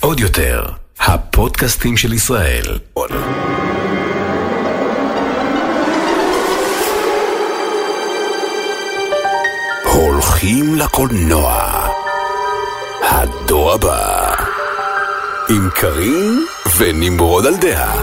עוד יותר, הפודקאסטים של ישראל. הולכים לקולנוע. הדור הבא. עם קארין ונמרוד על דעה.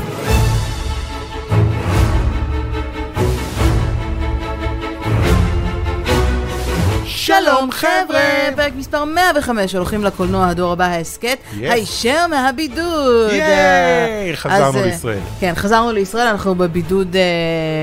שלום חבר'ה, פרק מספר 105, הולכים לקולנוע הדור הבא ההסכת, Yes. הישר מהבידוד. ייי, אה, חזרנו אז, אה, לישראל. כן, חזרנו לישראל, אנחנו בבידוד אה,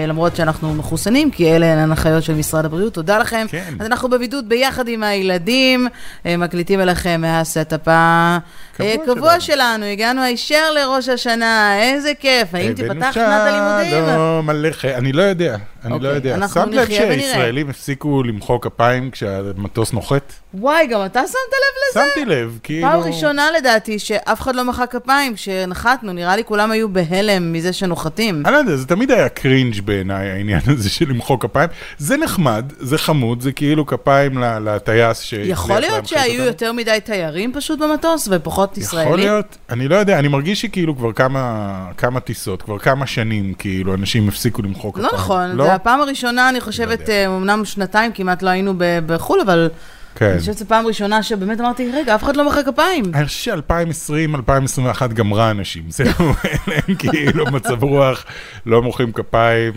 למרות שאנחנו מחוסנים, כי אלה הן הנחיות של משרד הבריאות, תודה לכם. כן. אז אנחנו בבידוד ביחד עם הילדים, אה, מקליטים אליכם מהסטאפ הקבוע שלנו. קבוע שלנו. שלנו, הגענו הישר לראש השנה, איזה כיף, האם הבאנו תיפתח שנת הלימודים? שלום עליכם. אני לא יודע, אני לא אוקיי, יודע. אנחנו שמת לב נחיה ונראה. שהישראלים הפסיקו למחוא כפיים כשהמטוס נוחת? וואי, גם אתה שמת לב לזה? שמתי לב, כאילו... פעם ראשונה לדעתי שאף אחד לא מחא כפיים כשנחתנו, נראה לי כולם היו בהלם מזה שנוחתים. אני לא יודע, זה תמיד היה קרינג' בעיניי, העניין הזה של למחוא כפיים. זה נחמד, זה חמוד, זה כאילו כפיים ל- לטייס ש... יכול להיות שהיו יותר מדי תיירים פשוט במטוס ופחות ישראלים? יכול להיות, אני לא יודע, אני מרגיש שכאילו כבר כמה, כמה טיסות, כבר כמה שנים, כאילו, אנשים הפסיקו למחוא כפיים. לא נכון, לא? זה הפעם הראשונה, אני חושבת, יודע. אה, אמנם שנתיים כמעט לא היינו ב- בחו"ל, אבל כן. אני חושבת שזו פעם ראשונה שבאמת אמרתי, רגע, אף אחד לא מחא כפיים. אני חושב ש-2020, 2021 גמרה אנשים, זהו, אין כאילו מצב רוח, לא מוחאים כפיים.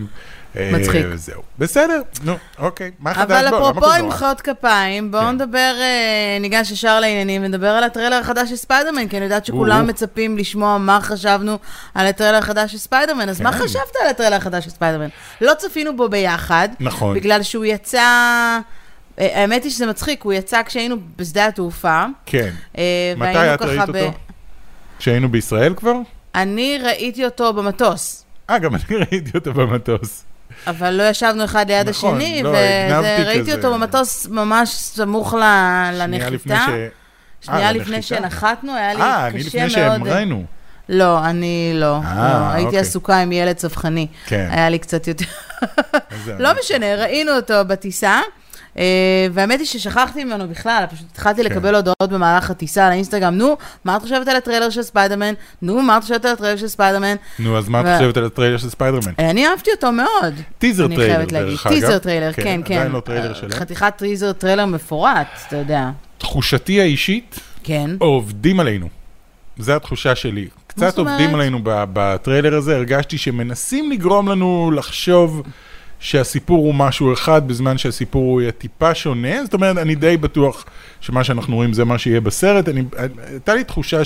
אה, מצחיק. זהו. בסדר, נו, אוקיי. מה חדש בו? אבל למה אפרופו קולנוע? למחאות כפיים, בואו כן. נדבר, אה, ניגש ישר לעניינים ונדבר על הטריילר החדש של ספיידרמן, כי אני יודעת שכולם או. מצפים לשמוע מה חשבנו על הטריילר החדש של ספיידרמן, אז מה כן. חשבת על הטריילר החדש של ספיידרמן? לא צפינו בו ביחד, נכון. בגלל שהוא יצא, אה, האמת היא שזה מצחיק, הוא יצא כשהיינו בשדה התעופה. כן. אה, מתי והיינו את ככה ראית ב- אותו? כשהיינו בישראל כבר? אני ראיתי אותו במטוס. אה, גם אני ראיתי אותו במטוס. אבל לא ישבנו אחד ליד נכון, השני, לא, הגנבתי וראיתי כזה. אותו במטוס ממש סמוך ל- שנייה לפני לנחיתה. ש- שנייה אה, לפני לנחיתה? שנחתנו, היה לי אה, אני קשה לפני מאוד. שהמראנו. לא, אני לא. אה, לא. הייתי אוקיי. עסוקה עם ילד צווחני. כן. היה לי קצת יותר... אז זהו. אה, לא משנה, ראינו אותו בטיסה. אה, והאמת היא ששכחתי ממנו בכלל, פשוט התחלתי כן. לקבל הודעות במהלך הטיסה על האינסטגרם, נו, מה את חושבת על הטריילר של ספיידרמן? נו, מה את חושבת על הטריילר של ספיידרמן? נו, אז מה את ו- חושבת על הטריילר של ספיידרמן? אה, אני אהבתי אותו מאוד. טיזר אני טריילר, חייבת להגיד, דרך אגב. טיזר טריילר, כן, כן. עדיין לא טריילר אה, שלו. חתיכת טיזר טריילר מפורט, אתה יודע. תחושתי האישית, כן. עובדים עלינו. זו התחושה שלי. זאת אומרת? קצת עובדים עלינו ב- בטריילר הזה, הרגשתי שמנסים לגרום לנו לחשוב שהסיפור הוא משהו אחד, בזמן שהסיפור הוא יהיה טיפה שונה. זאת אומרת, אני די בטוח שמה שאנחנו רואים זה מה שיהיה בסרט. אני- הייתה לי תחושה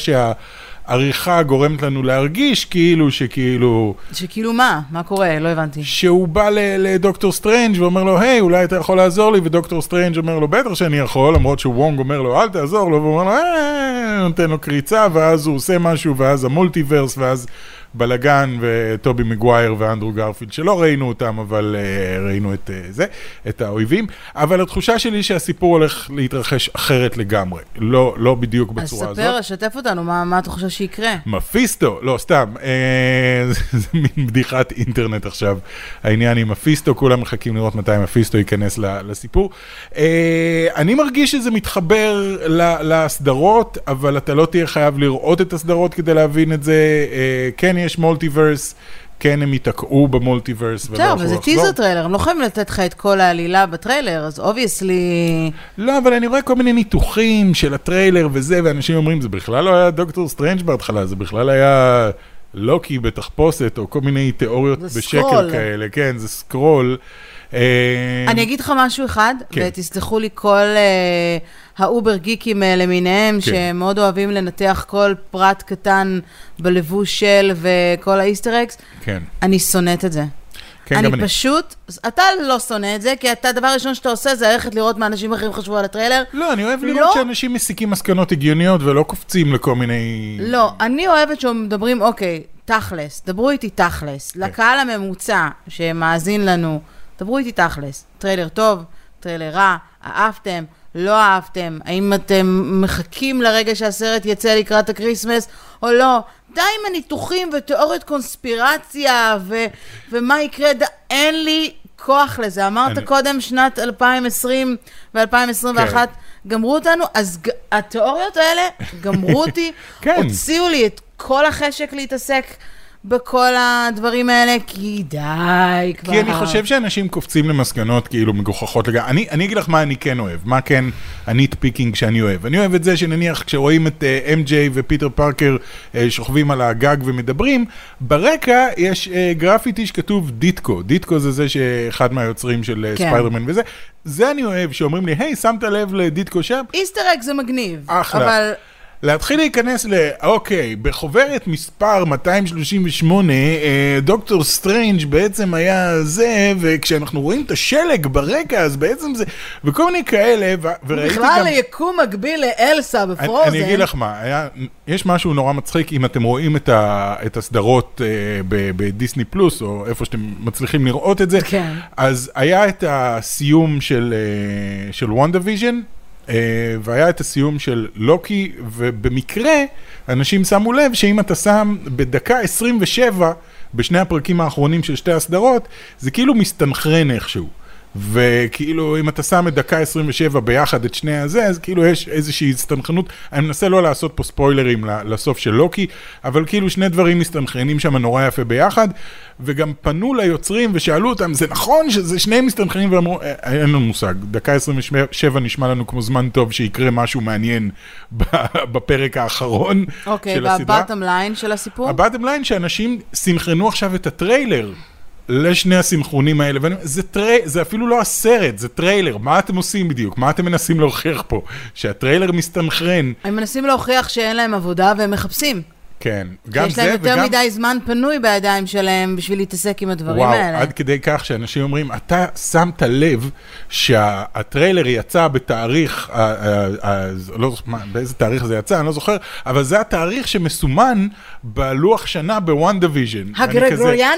שהעריכה גורמת לנו להרגיש כאילו שכאילו... שכאילו מה? מה קורה? לא הבנתי. שהוא בא ל- לדוקטור סטרנג' ואומר לו, היי, אולי אתה יכול לעזור לי, ודוקטור סטרנג' אומר לו, בטח שאני יכול, למרות שוונג אומר לו, אל תעזור לו, והוא אומר לו, "אה", נותן לו קריצה, ואז הוא עושה משהו, ואז המולטיברס, ואז בלאגן, וטובי מגווייר ואנדרו גרפילד, שלא ראינו אותם, אבל אה, ראינו את אה, זה, את האויבים, אבל התחושה שלי שהסיפור הולך להתרחש אחרת לגמרי, לא, לא בדיוק אז בצורה הזאת. ספר, שתף אותנו, מה מה אתה חושב שיקרה? מפיסטו, לא, סתם, אה, זה זה מין בדיחת אינטרנט עכשיו, העניין עם מפיסטו, כולם מחכים לראות מתי מפיסטו ייכנס ל- לסיפור. אה, אני מרגיש שזה מתחבר ל- לסדרות, אבל אתה לא תהיה חייב לראות את הסדרות כדי להבין את זה. אה, כן, יש מולטיברס, כן, הם ייתקעו במולטיברס. ולא בסדר, אבל יוכלו זה לחזור. טיזר טריילר, הם לא חייבים לתת לך את כל העלילה בטריילר, אז אובייסלי... לא, אבל אני רואה כל מיני ניתוחים של הטריילר וזה, ואנשים אומרים, זה בכלל לא היה דוקטור סטרנג' בהתחלה, זה בכלל היה לוקי בתחפושת, או כל מיני תיאוריות זה בשקל סקרול. כאלה, כן, זה סקרול. אה, אני אגיד לך משהו אחד, כן. ותסלחו לי כל אה, האובר גיקים אה, למיניהם, כן. שמאוד אוהבים לנתח כל פרט קטן בלבוש של וכל האיסטר אקס, כן, אני שונאת את זה. כן, אני גם אני. פשוט, אתה לא שונא את זה, כי אתה, הדבר הראשון שאתה עושה זה ללכת לראות מה אנשים אחרים חשבו על הטריילר. לא, אני אוהב לא. לראות שאנשים מסיקים מסקנות הגיוניות ולא קופצים לכל מיני... לא, אני אוהבת שמדברים, אוקיי, תכלס, דברו איתי תכלס. לקהל הממוצע שמאזין לנו, דברו איתי תכלס. טריילר טוב, טריילר רע, אהבתם, לא אהבתם, האם אתם מחכים לרגע שהסרט יצא לקראת הקריסמס או לא? די עם הניתוחים ותיאוריות קונספירציה ו- ומה יקרה, ד- אין לי כוח לזה. אמרת אני- קודם שנת 2020 ו-2021, גמרו אותנו, אז ג... התיאוריות האלה גמרו אותי, כן. הוציאו לי את כל החשק להתעסק בכל הדברים האלה, כי די כבר. כי אני חושב שאנשים קופצים למסקנות כאילו מגוחכות לגמרי. אני, אני אגיד לך מה אני כן אוהב, מה כן הניט פיקינג שאני אוהב. אני אוהב את זה שנניח כשרואים את אה, MJ ופיטר פארקר אה, שוכבים על הגג ומדברים, ברקע יש אה, גרפיטי שכתוב דיטקו. דיטקו זה זה שאחד מהיוצרים של אה, כן. ספיידרמן וזה. זה אני אוהב, שאומרים לי, היי, שמת לב לדיטקו שם? איסטר אג זה מגניב. אחלה. אבל להתחיל להיכנס ל... אוקיי, בחוברת מספר 238, אה, דוקטור סטרנג' בעצם היה זה, וכשאנחנו רואים את השלג ברקע, אז בעצם זה... וכל מיני כאלה, ו... וראיתי גם... בכלל ליקום מקביל לאלסה אני, בפרוזן. אני אגיד לך מה, היה, יש משהו נורא מצחיק אם אתם רואים את, ה, את הסדרות אה, ב- בדיסני פלוס, או איפה שאתם מצליחים לראות את זה, כן. אז היה את הסיום של, אה, של וונדוויז'ן, אה, והיה את הסיום של לוקי, ובמקרה אנשים שמו לב שאם אתה שם בדקה 27 בשני הפרקים האחרונים של שתי הסדרות, זה כאילו מסתנכרן איכשהו. וכאילו, אם אתה שם את דקה 27 ביחד את שני הזה, אז כאילו יש איזושהי הסתנכרנות. אני מנסה לא לעשות פה ספוילרים ל- לסוף של לוקי, אבל כאילו שני דברים מסתנכרנים שם נורא יפה ביחד, וגם פנו ליוצרים ושאלו אותם, זה נכון שזה שני מסתנכרנים? ואמרו, "אה, אין לנו מושג, דקה 27 נשמע לנו כמו זמן טוב שיקרה משהו מעניין ב- בפרק האחרון אוקיי, של הסדרה. והבטם ליין של הסיפור? הבאתם ליין שאנשים סינכרנו עכשיו את הטריילר לשני הסינכרונים האלה, ואני, זה, טרי, זה אפילו לא הסרט, זה טריילר, מה אתם עושים בדיוק? מה אתם מנסים להוכיח פה? שהטריילר מסתנכרן, הם מנסים להוכיח שאין להם עבודה והם מחפשים. כן, גם יש להם זה יותר וגם... מדי זמן פנוי בידיים שלהם בשביל להתעסק עם הדברים וואו, האלה. עד כדי כך שאנשים אומרים, אתה שמת לב שהטריילר יצא בתאריך, אה, אה, אה, לא זוכר מה- באיזה תאריך זה יצא, אני לא זוכר, אבל זה התאריך שמסומן בלוח שנה בוואן דיוויז'ן. הגרגוריאני?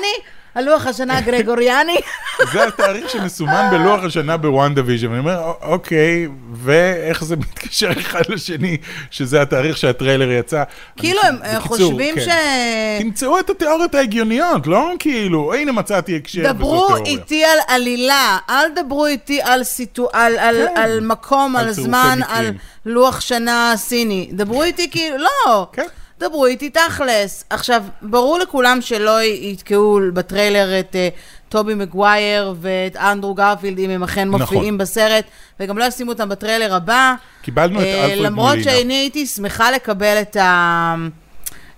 הלוח השנה הגרגוריאני? זה התאריך שמסומן בלוח השנה בוואן דיוויז'ן, ואני אומר, "א- אוקיי, ואיך זה מתקשר אחד לשני, שזה התאריך שהטריילר יצא. כאילו אני- הם אה, בקיצור, חושבים כן. ש... תמצאו את התיאוריות ההגיוניות, לא כאילו, הנה מצאתי הקשר וזו דברו תיאוריה. איתי על עלילה, אל דברו איתי על סיטו... על- על- כן. על מקום, על על צירופי זמן, על מקרים. לוח שנה סיני. דברו איתי כאילו... לא! כן. דברו איתי תכלס. עכשיו, ברור לכולם שלא יתקעו בטריילר את אה, טובי מגווייר ואת אנדרו גרפילד, אם הם אכן נכון. מופיעים בסרט, וגם לא ישימו אותם בטריילר הבא. קיבלנו את אה, אלפרד מולינה. למרות שאני הייתי שמחה לקבל את ה...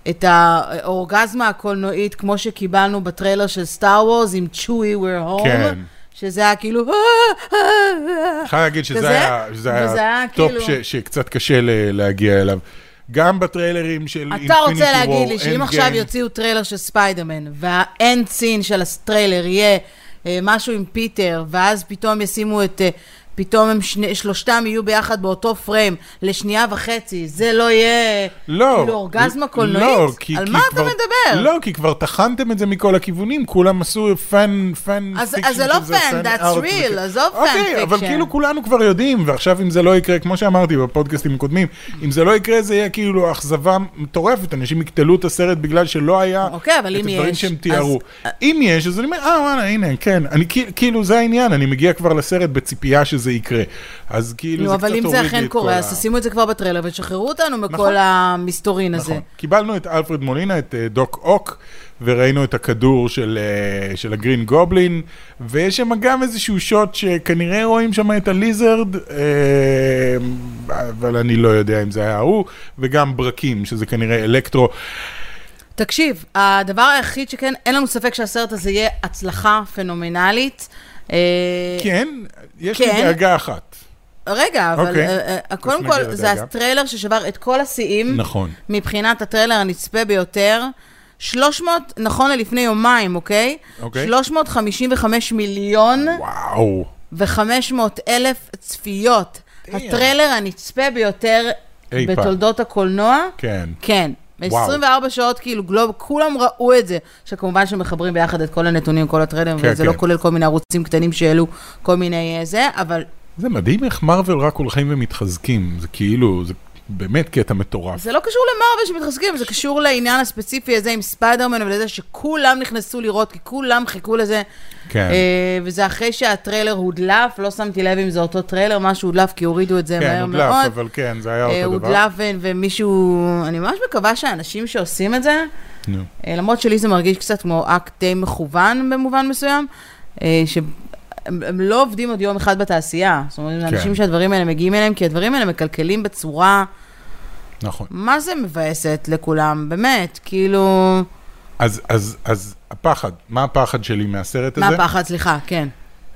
את האורגזמה הקולנועית, כמו שקיבלנו בטריילר של סטאר וורס עם צ'וי ויר הום, כן. שזה היה כאילו... אה, חייב להגיד שזה כזה, היה, שזה וזה היה היה טופ כאילו- ש- שקצת קשה ל- להגיע אליו. גם בטריילרים של אתה רוצה Infinity להגיד War, לי שאם Endgame, עכשיו יוציאו טריילר של ספיידרמן, והאנד סין של הטריילר יהיה אה, משהו עם פיטר, ואז פתאום ישימו את... אה, פתאום הם שני, שלושתם יהיו ביחד באותו פריים לשנייה וחצי, זה לא יהיה לא, כאילו אורגזמה לא, קולנועית? לא, כי, על כי מה אתה כבר, מדבר? לא, כי כבר טחנתם את זה מכל הכיוונים, כולם עשו פן, פן אז- אז זה לא fan, that's real, עזוב fan אוקיי, אבל fiction. כאילו כולנו כבר יודעים, ועכשיו אם זה לא יקרה, כמו שאמרתי בפודקאסטים הקודמים, אם זה לא יקרה זה יהיה כאילו אכזבה מטורפת, אנשים יקטלו את הסרט בגלל שלא היה אוקיי, אבל את אם הדברים יש, שהם אז- תיארו. אם יש, אז אני אומר, אה, וואלה, הנה, כן, אני כא- כאילו זה העניין, אני מגיע כבר לסרט בציפייה שזה יקרה. אז כאילו נו, זה קצת אבל הוריד אם לי את כל זה אכן קורה, אז ה- תשימו את זה כבר בטריילר ותשחררו אותנו נכון. מכל המסתורין הזה. נכון. קיבלנו את אלפרד מולינה, את אה, דוק אוק, וראינו את הכדור של, אה, של הגרין גובלין, ויש שם גם איזשהו שוט שכנראה רואים שם את הליזרד, אה, אבל אני לא יודע אם זה היה הוא, וגם ברקים, שזה כנראה אלקטרו. תקשיב, הדבר היחיד שכן, אין לנו ספק שהסרט הזה יהיה הצלחה פנומנלית. אה, כן, יש לי כן. דאגה אחת. רגע, אבל אוקיי. אה, אה, קודם נגיע כל, זה לדאגה. הטריילר ששבר את כל השיאים. נכון. מבחינת הטריילר הנצפה ביותר. 300, נכון ללפני יומיים, אוקיי? אוקיי. 355 מיליון וואו. ו-500 אלף צפיות. Damn. הטריילר הנצפה ביותר אי פעם. בתולדות הקולנוע. כן. כן. וואו. 24 שעות, כאילו, גלוב, כולם ראו את זה. שכמובן שמחברים ביחד את כל הנתונים, כל הטרנדים, כן, וזה כן. לא כולל כל מיני ערוצים קטנים שהעלו כל מיני אה, זה, אבל זה מדהים איך מרוול רק הולכים ומתחזקים, זה כאילו, זה באמת קטע מטורף. זה לא קשור למרוויל שמתחזקים, זה קשור לעניין הספציפי הזה עם ספיידרמן ולזה שכולם נכנסו לראות, כי כולם חיכו לזה. כן. אה, וזה אחרי שהטריילר הודלף, לא שמתי לב אם זה אותו טריילר, משהו הודלף, כי הורידו את זה כן, מהר מאוד. הודלף, אבל כן, זה היה אה, אותו דבר. הודלף ו- ומישהו, אני ממש מקווה שהאנשים שעושים את זה, נו. אה, למרות שלי זה מרגיש קצת כמו אקט די מכוון במובן מסוים, אה, שהם הם לא עובדים עוד יום אחד בתעשייה. זאת אומרת, זה כן. אנשים שהדברים האלה מגיעים אליהם, כי הדברים האלה מקלקלים בצורה, נכון. מה זה מבאסת לכולם, באמת, כאילו, אז, אז, אז הפחד, מה הפחד שלי מהסרט מה הזה? הפחד, סליחה, כן.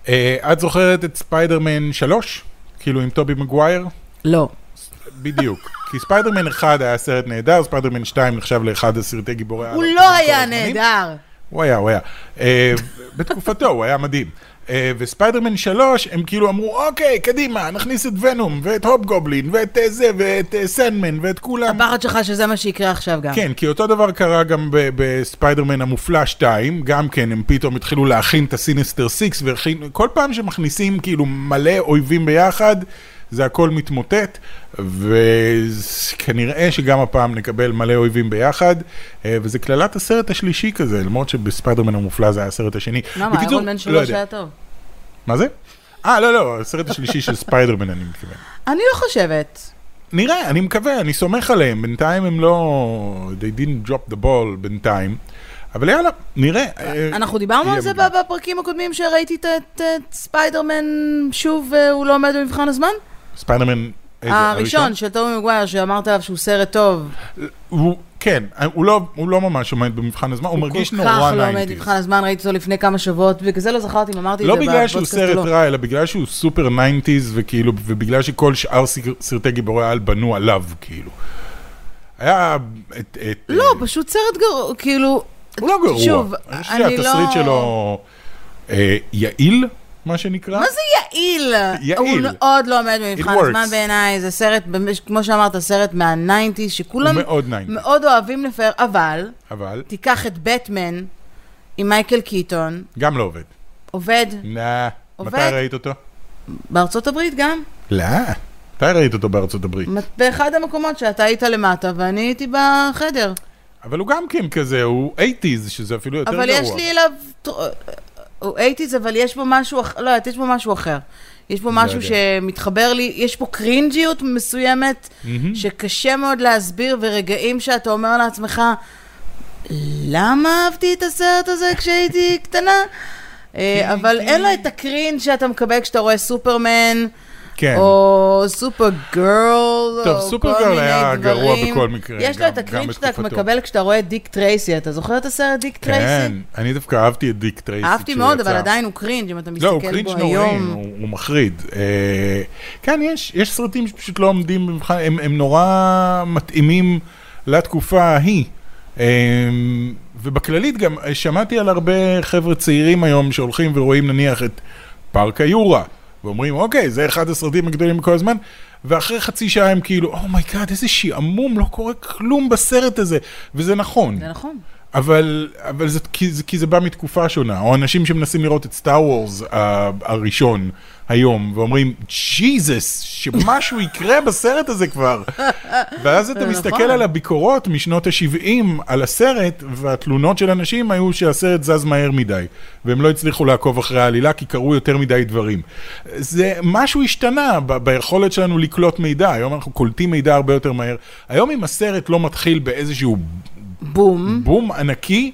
אה, את זוכרת את ספיידרמן 3? כאילו עם טובי מגווייר? לא. בדיוק. כי ספיידרמן 1 היה סרט נהדר, ספיידרמן 2 נחשב לאחד הסרטי גיבורי הוא העל לא הטובים כל היה הזמנים. נהדר. הוא היה, הוא היה. אה, בתקופתו הוא היה מדהים. אה, וספיידרמן 3, הם כאילו אמרו, אוקיי, קדימה, נכניס את ונום, ואת הופ גובלין, ואת אה, זה, ואת אה, סנדמן, ואת כולם. הפחד שלך שזה מה שיקרה עכשיו גם. כן, כי אותו דבר קרה גם ב- בספיידרמן המופלא 2, גם כן, הם פתאום התחילו להכין את הסיניסטר 6, וכל פעם שמכניסים כאילו מלא אויבים ביחד, זה הכל מתמוטט, וכנראה שגם הפעם נקבל מלא אויבים ביחד, אה, וזה קללת הסרט השלישי כזה, למרות שבספיידרמן המופלא זה היה הסרט השני. למה, איירון מן לא שלוש יודע. היה טוב. מה זה? אה, לא, לא, הסרט השלישי של ספיידרמן, אני מתכוון. אני לא חושבת. נראה, אני מקווה, אני סומך עליהם, בינתיים הם לא... They didn't drop the ball בינתיים, אבל יאללה, נראה. אה, אנחנו דיברנו על יהיה זה מגניב. בפרקים הקודמים שראיתי את- את את ספיידרמן שוב, אה, הוא לא עומד במבחן הזמן? ספיידרמן... איזה, הראשון של טומי מגווייר, שאמרת עליו שהוא סרט טוב. הוא, כן, הוא לא, הוא לא ממש עומד במבחן הזמן, הוא, מרגיש נורא כל כך לא עומד 90s. במבחן הזמן, ראיתי אותו לפני כמה שבועות, בגלל זה לא זכרתי אם אמרתי את זה לא בגלל שהוא בפודקאסט או סרט לא. רע, אלא בגלל שהוא סופר 90's, וכאילו, ובגלל שכל שאר סיר- סרטי גיבורי העל בנו עליו, כאילו. היה את... את לא, אה, פשוט סרט גרוע, כאילו... הוא לא גרוע. שוב, אני חושב אני לא- שהתסריט שלו אה, יעיל, מה שנקרא. מה זה יעיל? יעיל. הוא מאוד לא עומד במבחן It works. הזמן בעיניי, זה סרט, באמת, כמו שאמרת, סרט מהניינטיז, שכולם הוא מאוד 90's. לא- מאוד אוהבים לפאר, אבל אבל תיקח את בטמן עם מייקל קיטון, גם לא עובד. עובד נה, אה, עובד. מתי ראית אותו? בארצות הברית גם. לא. מתי ראית אותו בארצות הברית? באחד המקומות שאתה היית למטה ואני הייתי בחדר. אבל הוא גם כן כזה, הוא 80's, שזה אפילו יותר גרוע. אבל יש לי אליו... אה, הוא 80's, אה, אבל יש בו משהו אחר, לא יודעת, יש בו משהו אחר. יש בו משהו לא יודע. שמתחבר לי, יש פה קרינג'יות מסוימת, מהמם. שקשה מאוד להסביר, ורגעים שאתה אומר לעצמך, למה אהבתי את הסרט הזה כשהייתי קטנה? אה, אבל אין לו את הקרינג' שאתה מקבל כשאתה רואה סופרמן, כן. או סופר גרל, טוב, או סופרגרל כל מיני היה גרוע דברים. בכל מקרה, יש גם- לו את גם הקרינג' שאתה בתקופתו. מקבל כשאתה רואה את דיק טרייסי, אתה זוכר את הסרט דיק כן, טרייסי? אני דווקא אהבתי את דיק טרייסי אהבתי כשהוא מאוד, יצא. אבל עדיין הוא קרינג', אם אתה לא, הוא מסתכל קרינג' בו נוראי, היום. הוא הוא מחריד. אה, כן, יש יש סרטים שפשוט לא עומדים במבחן, הם הם נורא מתאימים לתקופה ההיא. אה, ובכללית גם אה, שמעתי על הרבה חבר'ה צעירים היום שהולכים ורואים נניח את פארק היורה, ואומרים, אוקיי, זה אחד הסרטים הגדולים בכל הזמן. ואחרי חצי שעה הם כאילו, אומייגאד, איזה שעמום, לא קורה כלום בסרט הזה. וזה נכון. זה נכון. אבל, אבל זה, כי, זה, כי זה בא מתקופה שונה, או אנשים שמנסים לראות את סטאר וורס הראשון היום, ואומרים, ג'יזוס, שמשהו יקרה בסרט הזה כבר. ואז אתה נכון. מסתכל על הביקורות משנות ה-70 על הסרט, והתלונות של אנשים היו שהסרט זז מהר מדי, והם לא הצליחו לעקוב אחרי העלילה כי קרו יותר מדי דברים. זה, משהו השתנה ב- ביכולת שלנו לקלוט מידע, היום אנחנו קולטים מידע הרבה יותר מהר. היום אם הסרט לא מתחיל באיזשהו בום. בום ענקי,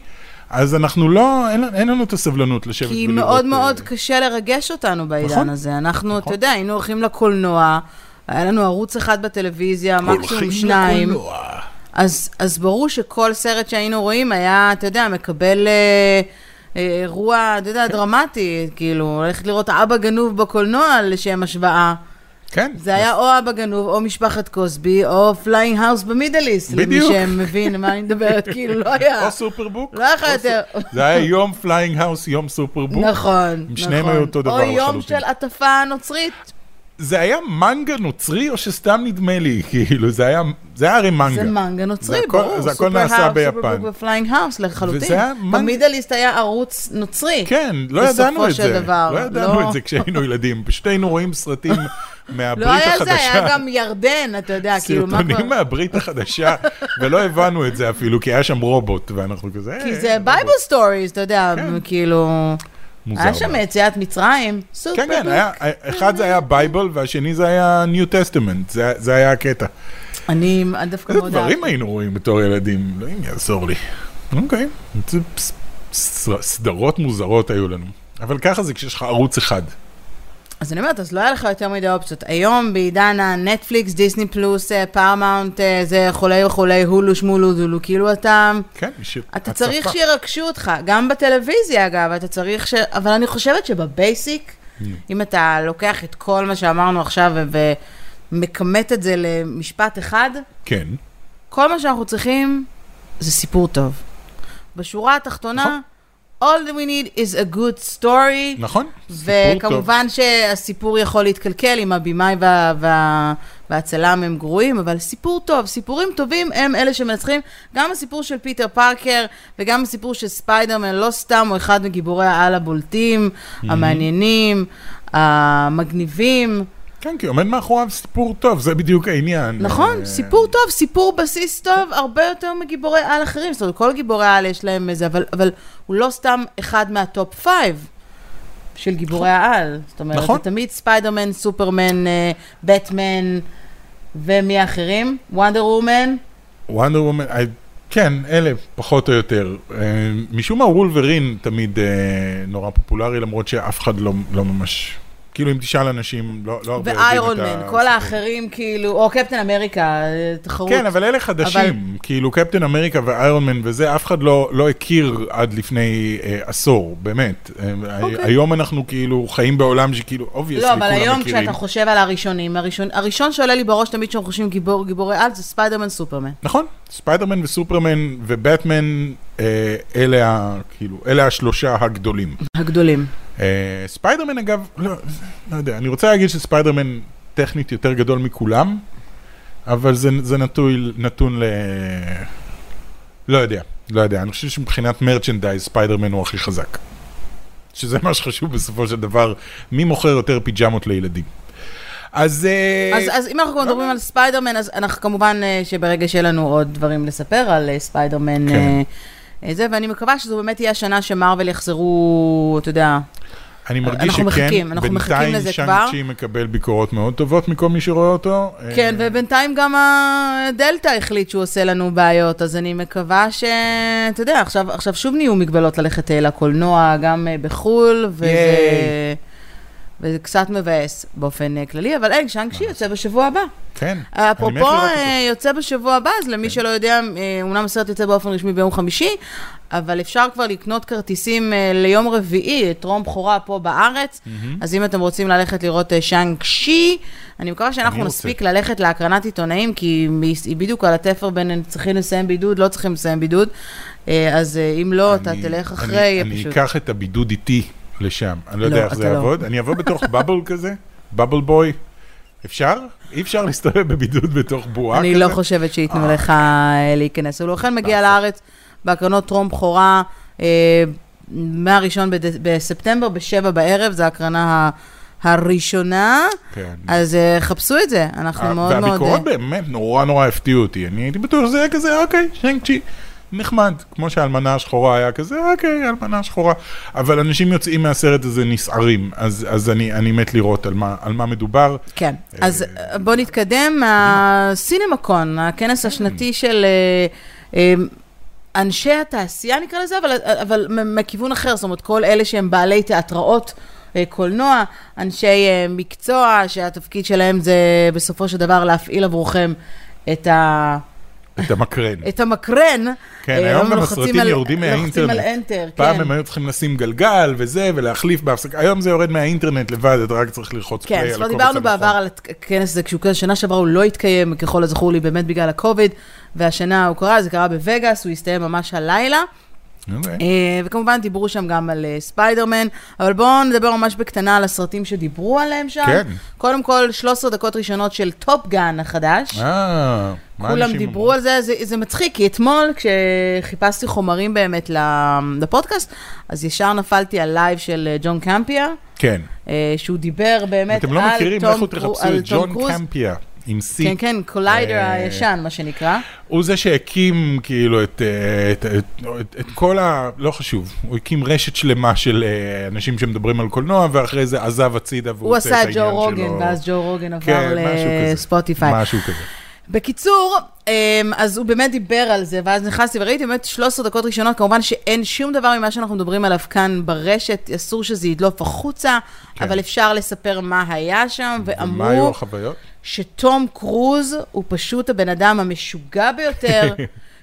אז אנחנו לא, אין, אין לנו את הסבלנות לשבת כי ולראות, מאוד אה, מאוד קשה לרגש אותנו בעידן נכון. הזה. אנחנו, אתה נכון. יודע, היינו הולכים לקולנוע, היה לנו ערוץ אחד בטלוויזיה, הולכים מקסימום שניים. לקולנוע. אז, אז ברור שכל סרט שהיינו רואים היה, אתה יודע, מקבל אה, אה, אירוע, אתה כן. יודע, דרמטי, כאילו, ללכת לראות אבא גנוב בקולנוע לשם השוואה. כן. זה היה או אבא גנוב, או משפחת קוסבי, או פליינג האוס במידל איסט, למי בדיוק. שמבין מה אני מדברת, כאילו, לא היה. או סופרבוק. לא היה לך או יותר. סופ- זה היה יום פליינג האוס, יום סופרבוק. נכון, נכון. שניהם היו אותו דבר או יום לחלוטין. של הטפה נוצרית. זה היה מנגה נוצרי או שסתם נדמה לי? כאילו, זה היה, זה היה הרי מנגה. זה מנגה נוצרי, זה הכל- ברור. זה הכל נעשה ביפן. ופליינג האוס לחלוטין. וזה היה מנגה. במידל איסט היה ערוץ נוצרי. כן, לא בסופו ידענו את של זה. דבר, לא ידענו לא. את זה כשהיינו ילדים. פשוט היינו רואים סרטים מהברית לא היה זה, היה החדשה. גם ירדן, אתה יודע, כאילו, מה סרטונים כבר... מהברית החדשה, ולא הבנו את זה אפילו, כי היה שם רובוט, ואנחנו כזה... כי "אה, זה רובוט." בייבל סטוריז, אתה יודע, כן. כאילו... מוזר היה מאוד. שם יציאת מצרים, סופר כן, כן, היה- אחד זה היה בייבל, והשני זה היה ניו טסטמנט, זה- זה היה הקטע. אני דווקא איזה מאוד אהבתי. דברים היינו רואים בתור ילדים, אלוהים יעזור לי. אוקיי, זה ס- ס- סדרות מוזרות היו לנו. אבל ככה זה כשיש לך ערוץ אחד. אז אני אומרת, אז לא היה לך יותר מדי אופציות. היום בעידן הנטפליקס, דיסני פלוס, אה, פארמאונט, אה, זה וכולי וכולי, הולו שמולו דולו, כאילו אתה... כן, יש אתה הצפה. צריך שירגשו אותך, גם בטלוויזיה אגב, אתה צריך ש... אבל אני חושבת שבבייסיק, אם אתה לוקח את כל מה שאמרנו עכשיו ו- ומכמת את זה למשפט אחד, כן, כל מה שאנחנו צריכים זה סיפור טוב. בשורה התחתונה, all that we need is a good story. נכון. סיפור טוב. וכמובן שהסיפור יכול להתקלקל אם הבמאי וה, וה, והצלם הם גרועים, אבל סיפור טוב, סיפורים טובים הם אלה שמנצחים. גם הסיפור של פיטר פארקר וגם הסיפור של ספיידרמן, לא סתם הוא אחד מגיבורי העל הבולטים, Mm-hmm. המעניינים, המגניבים. כן, כי עומד מאחוריו סיפור טוב, זה בדיוק העניין. נכון, אה, סיפור טוב, סיפור בסיס טוב, הרבה יותר מגיבורי על אחרים. זאת אומרת, כל גיבורי העל יש להם איזה, אבל, אבל הוא לא סתם אחד מהטופ פייב של גיבורי העל. זאת אומרת, נכון. זה תמיד ספיידרמן, סופרמן, אה, בטמן ומי האחרים? וונדר וומן? וונדר וומן, אה, כן, אלה פחות או יותר. אה, משום מה וולברין תמיד אה, נורא פופולרי, למרות שאף אחד לא לא ממש... כאילו אם תשאל אנשים, לא לא הרבה יודעים את ואיירון מן, כל הסיפור. האחרים כאילו, או קפטן אמריקה, אה, תחרות. כן, אבל אלה חדשים, כאילו קפטן אמריקה ואיירון מן וזה, אף אחד לא, לא הכיר עד לפני אה, עשור, באמת. אה, אוקיי. היום אנחנו כאילו חיים בעולם שכאילו, אובייסלי, לא, כולם אבל מכירים. היום כשאתה חושב על הראשונים, הראשון, הראשון שעולה לי בראש תמיד כשאנחנו חושבים גיבור, גיבורי על זה ספיידרמן סופרמן. נכון, ספיידרמן וסופרמן ובטמן, אה, אלה, ה, כאילו, אלה השלושה הגדולים. הגדולים. אה, ספיידרמן אגב, לא, לא יודע, אני רוצה להגיד שספיידרמן טכנית יותר גדול מכולם, אבל זה, זה נטוי, נתון ל... לא יודע, לא יודע, אני חושב שמבחינת מרצ'נדייז ספיידרמן הוא הכי חזק. שזה מה שחשוב בסופו של דבר, מי מוכר יותר פיג'מות לילדים. אז... אה, אז, אז אם אנחנו כבר לא מדברים יודע. על ספיידרמן, אז אנחנו כמובן אה, שברגע שיהיה לנו עוד דברים לספר על אה, ספיידרמן, כן. אה, אה, זה, ואני מקווה שזו באמת תהיה השנה שמרוויל יחזרו, אתה יודע, אני מרגיש אנחנו שכן, מחכים, אנחנו מחכים בינתיים לזה שאנג כבר. צ'י מקבל ביקורות מאוד טובות מכל מי שרואה אותו. אה, כן, ובינתיים גם הדלתא החליט שהוא עושה לנו בעיות, אז אני מקווה ש... אתה יודע, עכשיו, עכשיו שוב נהיו מגבלות ללכת אה, לקולנוע, גם אה, בחו"ל, וזה... ייי. וזה קצת מבאס באופן אה, כללי, אבל אין, שאנג שי יוצא בשבוע הבא. כן. אני מת אפרופו לראות אותו. אה, יוצא בשבוע הבא, אז כן. למי שלא יודע, אה, אומנם הסרט יוצא באופן רשמי ביום חמישי, אבל אפשר כבר לקנות כרטיסים אה, ליום רביעי, טרום בכורה פה בארץ. אז אם אתם רוצים ללכת לראות אה, שאנג שי, אני מקווה שאנחנו רוצה. נספיק ללכת להקרנת עיתונאים, כי מ- היא בדיוק על התפר בין הם צריכים לסיים בידוד, לא צריכים לסיים בידוד. אה, אז אה, אם לא, אתה אני- תלך אני- אחרי, אה, אני פשוט. אקח את הבידוד איתי לשם, אני לא לא, יודע איך זה אתה לא. יעבוד. אני אבוא בתוך בבל כזה, בבל בוי. אפשר? אי אפשר להסתובב בבידוד בתוך בועה כזה? אני לא חושבת שייתנו לך אה, להיכנס. הוא לכן מגיע לארץ בהקרנות טרום בכורה, אה, מהראשון בד- בספטמבר, בשבע בערב, זו ההקרנה ה- הראשונה, כן. אז אה, חפשו את זה, אנחנו מאוד מאוד... והביקורות אה, באמת נורא נורא הפתיעו אותי. אני הייתי בטוח שזה היה כזה, אוקיי, שיינג צ'י. נחמד, כמו שהאלמנה השחורה היה כזה, אוקיי, אלמנה שחורה. אבל אנשים יוצאים מהסרט הזה נסערים, אז, אז אני, אני מת לראות על מה, על מה מדובר. כן, אה, אז אה, בואו נתקדם, הסינמקון, הכנס השנתי Mm. של אה, אה, אנשי התעשייה נקרא לזה, אבל, אבל מ- מכיוון אחר, זאת אומרת, כל אלה שהם בעלי תיאטראות. אה, קולנוע, אנשי אה, מקצוע, שהתפקיד שלהם זה בסופו של דבר להפעיל עבורכם את, ה... את המקרן. את המקרן. כן, אה, היום גם לוחצים הסרטים על- יורדים מהאינטרנט. לוחצים על enter, פעם כן. הם היו צריכים לשים גלגל וזה, ולהחליף בהפסקה, היום זה יורד מהאינטרנט לבד, אתה רק צריך ללחוץ פליי כן, על אז כבר הקובץ דיברנו בעבר הנכון. על הכנס הזה, כשהוא כנס שנה שעברה הוא לא התקיים, ככל הזכור לי, באמת בגלל הקוביד, והשנה הוא קרה, זה קרה בווגאס, הוא הסתיים ממש הלילה. אוקיי. אה, וכמובן דיברו שם גם על אה, ספיידרמן, אבל בואו נדבר ממש בקטנה על הסרטים שדיברו עליהם שם. כן. קודם כל, 13 דקות ראשונות של טופגן החדש. אה, מה כולם אנשים דיברו אמרו? על זה, זה, זה מצחיק, כי אתמול כשחיפשתי חומרים באמת ל- לפודקאסט, אז ישר נפלתי על לייב של אה, ג'ון קמפיה, כן. אה, שהוא דיבר באמת אתם לא על מכירים, תום קרו- לכו תחפשו על את תום ג'ון קרוז. קמפיה, עם C. כן, כן, קוליידר אה, הישן, מה שנקרא. הוא זה שהקים כאילו את, אה, את, את, את, את כל ה... לא חשוב, הוא הקים רשת שלמה של אה, אנשים שמדברים על קולנוע, ואחרי זה עזב הצידה והוא הוא עושה את עשה את העניין שלו. ג'ו רוגן, ואז ג'ו רוגן עבר כן, משהו כזה. לספוטיפיי. משהו כזה. בקיצור, אמ, אז הוא באמת דיבר על זה, ואז נכנסתי וראיתי באמת 13 דקות ראשונות, כמובן שאין שום דבר ממה שאנחנו מדברים עליו כאן ברשת, אסור שזה ידלוף החוצה, כן. אבל אפשר לספר מה היה שם, מה היו ואמרו החוויות? שתום קרוז הוא פשוט הבן אדם המשוגע ביותר.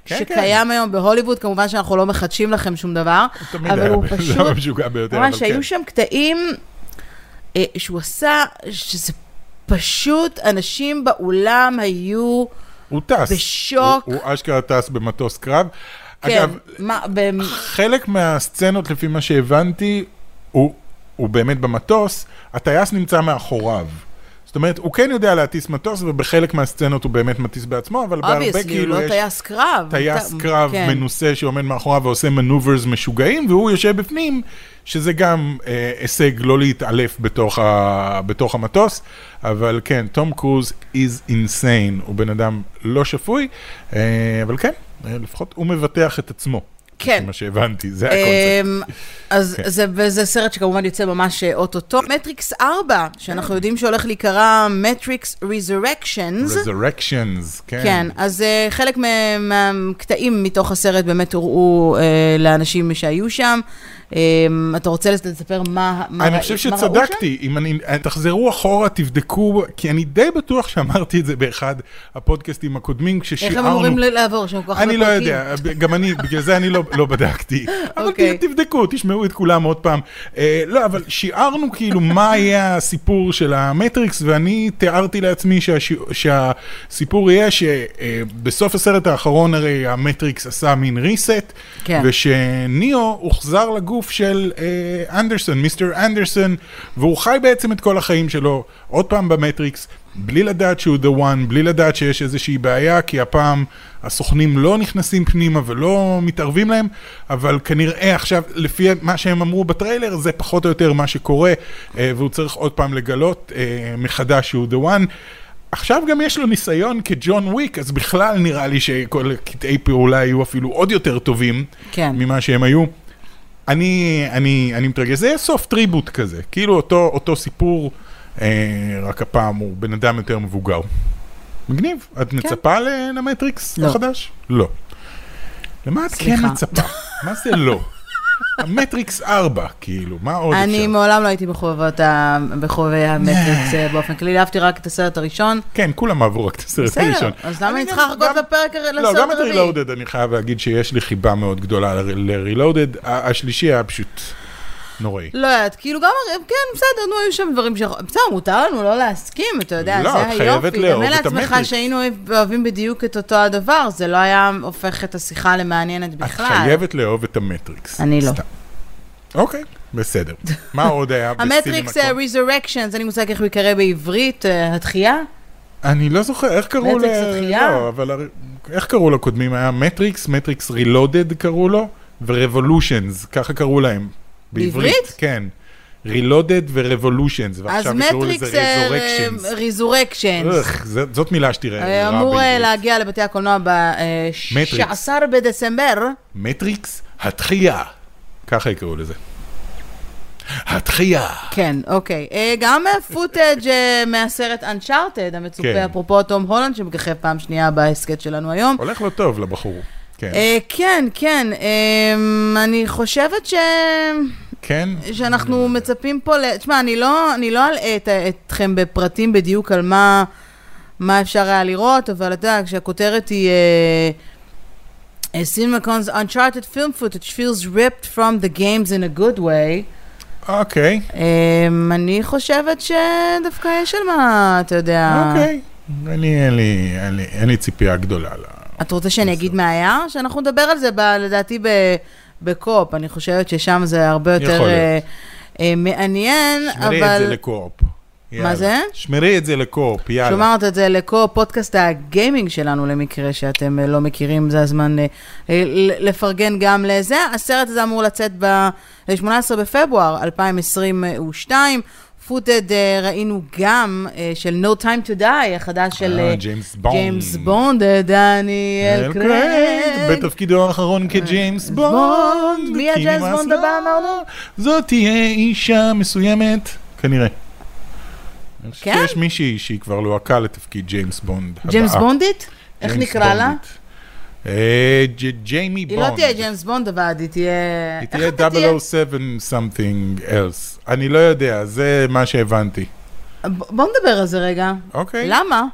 כן, שקיים היום בהוליווד, כמובן שאנחנו לא מחדשים לכם שום דבר, תמיד אבל היה הוא הבן אדם פשוט המשוגע ביותר, אבל ממש, כן. היו שם קטעים אה, שהוא עשה, שזה פשוט, אנשים באולם היו הוא טס. בשוק. הוא, הוא אשכרה טס במטוס קרב. כן, אגב, מה, ב... חלק מהסצנות, לפי מה שהבנתי, הוא, הוא באמת במטוס, הטייס נמצא מאחוריו. זאת אומרת, הוא כן יודע להטיס מטוס, ובחלק מהסצנות הוא באמת מטיס בעצמו, אבל בהרבה אובייסלי, הוא כאילו לא יש טייס קרב. טייס אתה- קרב כן. מנוסה שעומד מאחוריו ועושה מנוברס משוגעים, והוא יושב בפנים, שזה גם אה, הישג לא להתעלף בתוך, ה, בתוך המטוס, אבל כן, תום קרוז is insane, הוא בן אדם לא שפוי, אה, אבל כן, אה, לפחות הוא מבטח את עצמו. כן. לפי מה שהבנתי, זה הקונספט. אמ, אז כן. זה, וזה סרט שכמובן יוצא ממש אה, אוטוטו. מטריקס 4, שאנחנו יודעים שהולך להיקרא מטריקס ריזרקשנס. Resurrections, כן. כן, אז אה, חלק מה- מהקטעים מתוך הסרט באמת הוראו אה, לאנשים שהיו שם. אה, אתה רוצה לס- לספר מה מה אני ראי- חושב מה ראו שם? שצדקתי, אם אני, אה, תחזרו אחורה, תבדקו, כי אני די בטוח שאמרתי את זה באחד הפודקאסטים הקודמים, איך כששיערנו. הם אמורים ל- לעבור שם כל כך הרבה אני לא פרקים? יודע, גם אני, בגלל זה אני לא, לא בדקתי. אבל אוקיי. okay. תבדקו, תשמעו את כולם עוד פעם. אה, לא, אבל שיערנו כאילו מה יהיה הסיפור של המטריקס, ואני תיארתי לעצמי שהש, שהסיפור יהיה שבסוף הסרט האחרון הרי המטריקס עשה מין ריסט, כן. ושניאו הוחזר לגוף של אה, אנדרסון, מיסטר אנדרסון, והוא חי בעצם את כל החיים שלו, עוד פעם במטריקס, בלי לדעת שהוא the one, בלי לדעת שיש איזושהי בעיה, כי הפעם הסוכנים לא נכנסים פנימה ולא מתערבים להם, אבל כנראה עכשיו, לפי מה שהם אמרו בטריילר, זה פחות או יותר מה שקורה, אה, והוא צריך עוד פעם לגלות אה, מחדש שהוא the one. עכשיו גם יש לו ניסיון כג'ון וויק, אז בכלל נראה לי שכל קטעי פעולה יהיו אפילו עוד יותר טובים. כן. ממה שהם היו. אני, אני, אני מתרגש, זה יהיה סוף טריבוט כזה, כאילו אותו, אותו סיפור, אה, רק הפעם הוא בן אדם יותר מבוגר. מגניב, את מצפה ל- למטריקס כן. לא. החדש? לא. למה את כן סליחה. מצפה? מה זה לא? המטריקס 4, כאילו, מה עוד אני אפשר? מעולם לא הייתי בחובבות ה- בחובבי המטריקס אה, באופן כללי, אהבתי רק את הסרט הראשון. כן, כולם עברו רק את הסרט בסדר, הראשון. אז למה אני גם- צריכה לחכות גם- לפרק, הר- לא, לסרט גם את הרביעי? רילודד אני חייב להגיד שיש לי חיבה מאוד גדולה לרילודד, השלישי היה פשוט נוראי. לא יודעת, כאילו גם, כן, בסדר, נו, היו שם דברים ש... בסדר, מותר לנו לא להסכים, אתה יודע, לא, זה את היופי. חייבת לאהוב את דמה לעצמך המטריקס. שהיינו אוהבים בדיוק את אותו הדבר, זה לא היה הופך את השיחה למעניינת את בכלל. חייבת לאהוב את המטריקס. אני לא. סתם. אוקיי, בסדר. מה עוד היה המטריקס אה, בסינמקום? ריזורקשנס, אין לי מושג איך הוא ייקרא בעברית, אה, התחייה? אני לא זוכר, איך קראו ל... מטריקס התחייה? לא, אבל הר- איך קראו לקודמים? היה מטריקס, מטריקס רילודד קראו לו, ורבולושנס, ככה קראו להם. בעברית? כן. רילודד ורבולושנס, אז ועכשיו יקראו מטריקס אה, לזה רזורקשנס. ריזורקשנס. זאת מילה שתראה רע אמור אה, בעברית. להגיע לבתי הקולנוע ב-16 בדצמבר. מטריקס התחייה. ככה יקראו לזה. התחייה. כן, אוקיי. אה, גם פוטאג' אה, מהסרט Uncharted, המצופה, כן. אפרופו תום הולנד, שמככב פעם שנייה בהסכת שלנו היום. הולך לא טוב לבחור. כן. אה, כן, כן, אה, אני חושבת ש... כן? שאנחנו מצפים פה ל... תשמע, אני לא, אני לא אלאה את, אתכם בפרטים בדיוק על מה, מה אפשר היה לראות, אבל אתה יודע, כשהכותרת היא... סינמקונס Uncharted film footage feels ripped from the games in a good way. אוקיי, אמ, אני חושבת שדווקא יש על מה, אתה יודע. אוקיי. אני, אין לי, אין לי, אין לי ציפייה גדולה ל... את רוצה שאני אגיד מה היה? שאנחנו נדבר על זה ב, לדעתי ב, בקופ, אני חושבת ששם זה הרבה יותר יכול להיות. אה, אה, מעניין, תראי את זה אבל... לקו-אופ. מה זה? שמרי את זה לקורפ, יאללה. שומרת את זה לכל פודקאסט הגיימינג שלנו, למקרה שאתם אה, לא מכירים, זה הזמן אה, אה, ל- לפרגן גם לזה. הסרט הזה אמור לצאת ב-18 בפברואר 2022. פוטד אה, ראינו גם אה, של No Time to Die, החדש של אה, אה, ג'יימס בונד. ג'יימס בונד, אה, דניאל אל קרייג, קרייג. כן, בתפקידו האחרון כג'יימס בונד. אה, בונד. מי הג'יימס כי נמאס בונד לו. הבא אמרנו? זאת תהיה אישה מסוימת, כנראה. אני חושב כן? שיש מישהי שהיא כבר לוהקה לתפקיד ג'יימס בונד. ג'יימס הבאה. בונדית? איך אה, ג'יימס נקרא לה? בונדית. אה, ג'- ג'יימי היא בונד. לא תהיה ג'יימס בונד, אבל היא תהיה... היא איך תהיה אתה 007 something else. אני לא יודע, זה מה שהבנתי. ב- בוא נדבר על זה רגע. אוקיי? למה?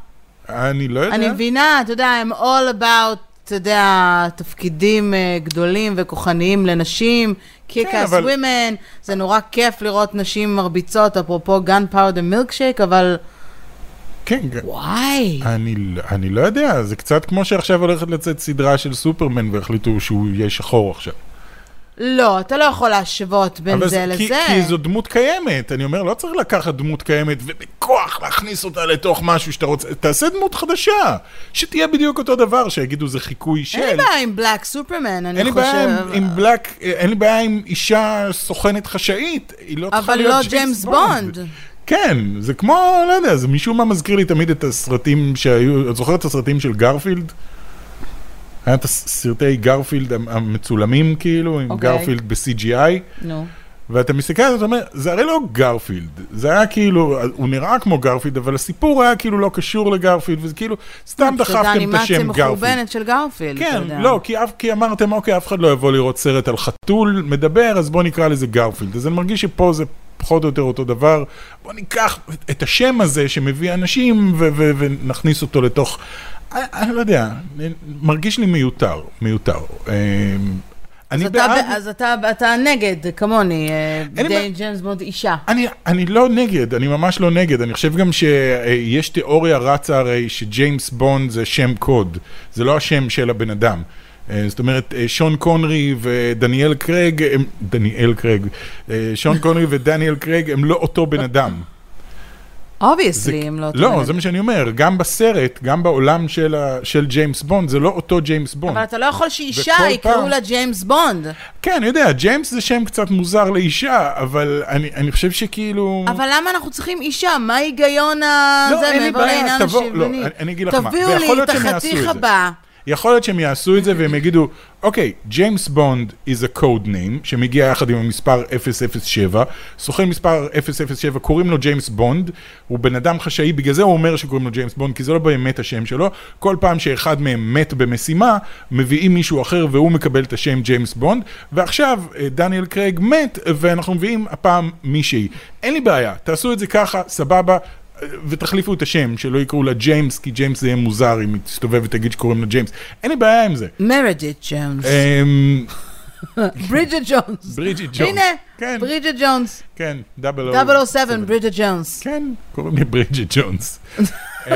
אני לא יודע. לא. אני מבינה, אתה יודע, הם all about, אתה יודע, תפקידים אה, גדולים וכוחניים לנשים, kick כן, ass אבל- women, זה נורא כיף לראות נשים מרביצות, אפרופו gun powder milkshake, אבל אה. כן, וואי. אני, אני לא יודע, זה קצת כמו שעכשיו הולכת לצאת סדרה של סופרמן והחליטו שהוא יהיה שחור עכשיו. לא, אתה לא יכול להשוות בין אבל זה כי, לזה. כי זו דמות קיימת, אני אומר, לא צריך לקחת דמות קיימת ובכוח להכניס אותה לתוך משהו שאתה רוצה, תעשה דמות חדשה, שתהיה בדיוק אותו דבר, שיגידו זה חיקוי של. אין לי בעיה עם בלק סופרמן, אין אני לי בעיה חושב. עם, עם בלק, אין לי בעיה עם אישה סוכנת חשאית, היא לא צריכה אבל להיות לא ג'יימס בונד. כן, זה כמו, לא יודע, זה משום מה מזכיר לי תמיד את הסרטים שהיו, את זוכרת את הסרטים של גרפילד? היה את הסרטי גרפילד המ- המצולמים כאילו, עם אוקיי. גרפילד ב-CGI, נו. ואתה מסתכל על זה, אתה אומר, זה הרי לא גרפילד, זה היה כאילו, הוא נראה כמו גרפילד, אבל הסיפור היה כאילו לא קשור לגרפילד, וזה כאילו, סתם דחפתם את פשוט השם האנימציה גרפילד. מחורבנת של גרפילד, אתה כן, יודע. לא, כי, אף, כי אמרתם, אוקיי, אף אחד לא יבוא לראות סרט על חתול מדבר, אז בואו נקרא לזה גרפילד. אז אני מרגיש שפה זה פחות או יותר אותו דבר. בואו ניקח את- את השם הזה שמביא אנשים ו- ו- ונכניס אותו לתוך... אני, אני לא יודע, אני- מרגיש לי מיותר, מיותר. אמ, אז אני אתה בעד... ב- אז אתה אתה נגד, כמוני, אה, אין לי די- ג'יימס בונד אישה. אני, אני לא נגד, אני ממש לא נגד, אני חושב גם שיש תיאוריה רצה הרי שג'יימס בונד זה שם קוד, זה לא השם של הבן אדם. אה, זאת אומרת, אה, שון קונרי ודניאל קרייג, הם, דניאל קרייג, אה, שון קונרי ודניאל קרייג הם לא אותו בן אדם. אובייסלי, אם לא... לא, תמיד. זה מה שאני אומר, גם בסרט, גם בעולם של, ה, של ג'יימס בונד, זה לא אותו ג'יימס בונד. אבל אתה לא יכול וכל שאישה יקראו פעם- לה ג'יימס בונד. כן, אני יודע, ג'יימס זה שם קצת מוזר לאישה, אבל אני, אני חושב שכאילו... אבל למה אנחנו צריכים אישה? מה ההיגיון ה... לא, זה אין לי מעבר בעיה, לעניין תבוא- לא, השוויוני? אני- אני אגיד לך מה, תביאו ויכול לי את להיות שהם יעשו את החתיך זה. הבא. יכול להיות שהם יעשו את זה והם יגידו, אוקיי, ג'יימס בונד is a code name, שמגיע יחד עם המספר 007, סוכן מספר 007, קוראים לו ג'יימס בונד, הוא בן אדם חשאי, בגלל זה הוא אומר שקוראים לו ג'יימס בונד, כי זה לא באמת השם שלו, כל פעם שאחד מהם מת במשימה, מביאים מישהו אחר והוא מקבל את השם ג'יימס בונד, ועכשיו אה, דניאל קרייג מת, ואנחנו מביאים הפעם מישהי. אין לי בעיה, תעשו את זה ככה, סבבה. ותחליפו את השם, שלא יקראו לה ג'יימס, כי ג'יימס זה יהיה מוזר אם היא תסתובב ותגיד שקוראים לה ג'יימס. אין לי בעיה עם זה. מרג'יט ג'ונס. אמ, ברידג'ט ג'ונס. ברידג'יט ג'ונס. הנה, כן, ברידג'ט ג'ונס. כן, דאבל 007, ברידג'ט ג'ונס. כן, קוראים לי ברידג'יט ג'ונס. אה,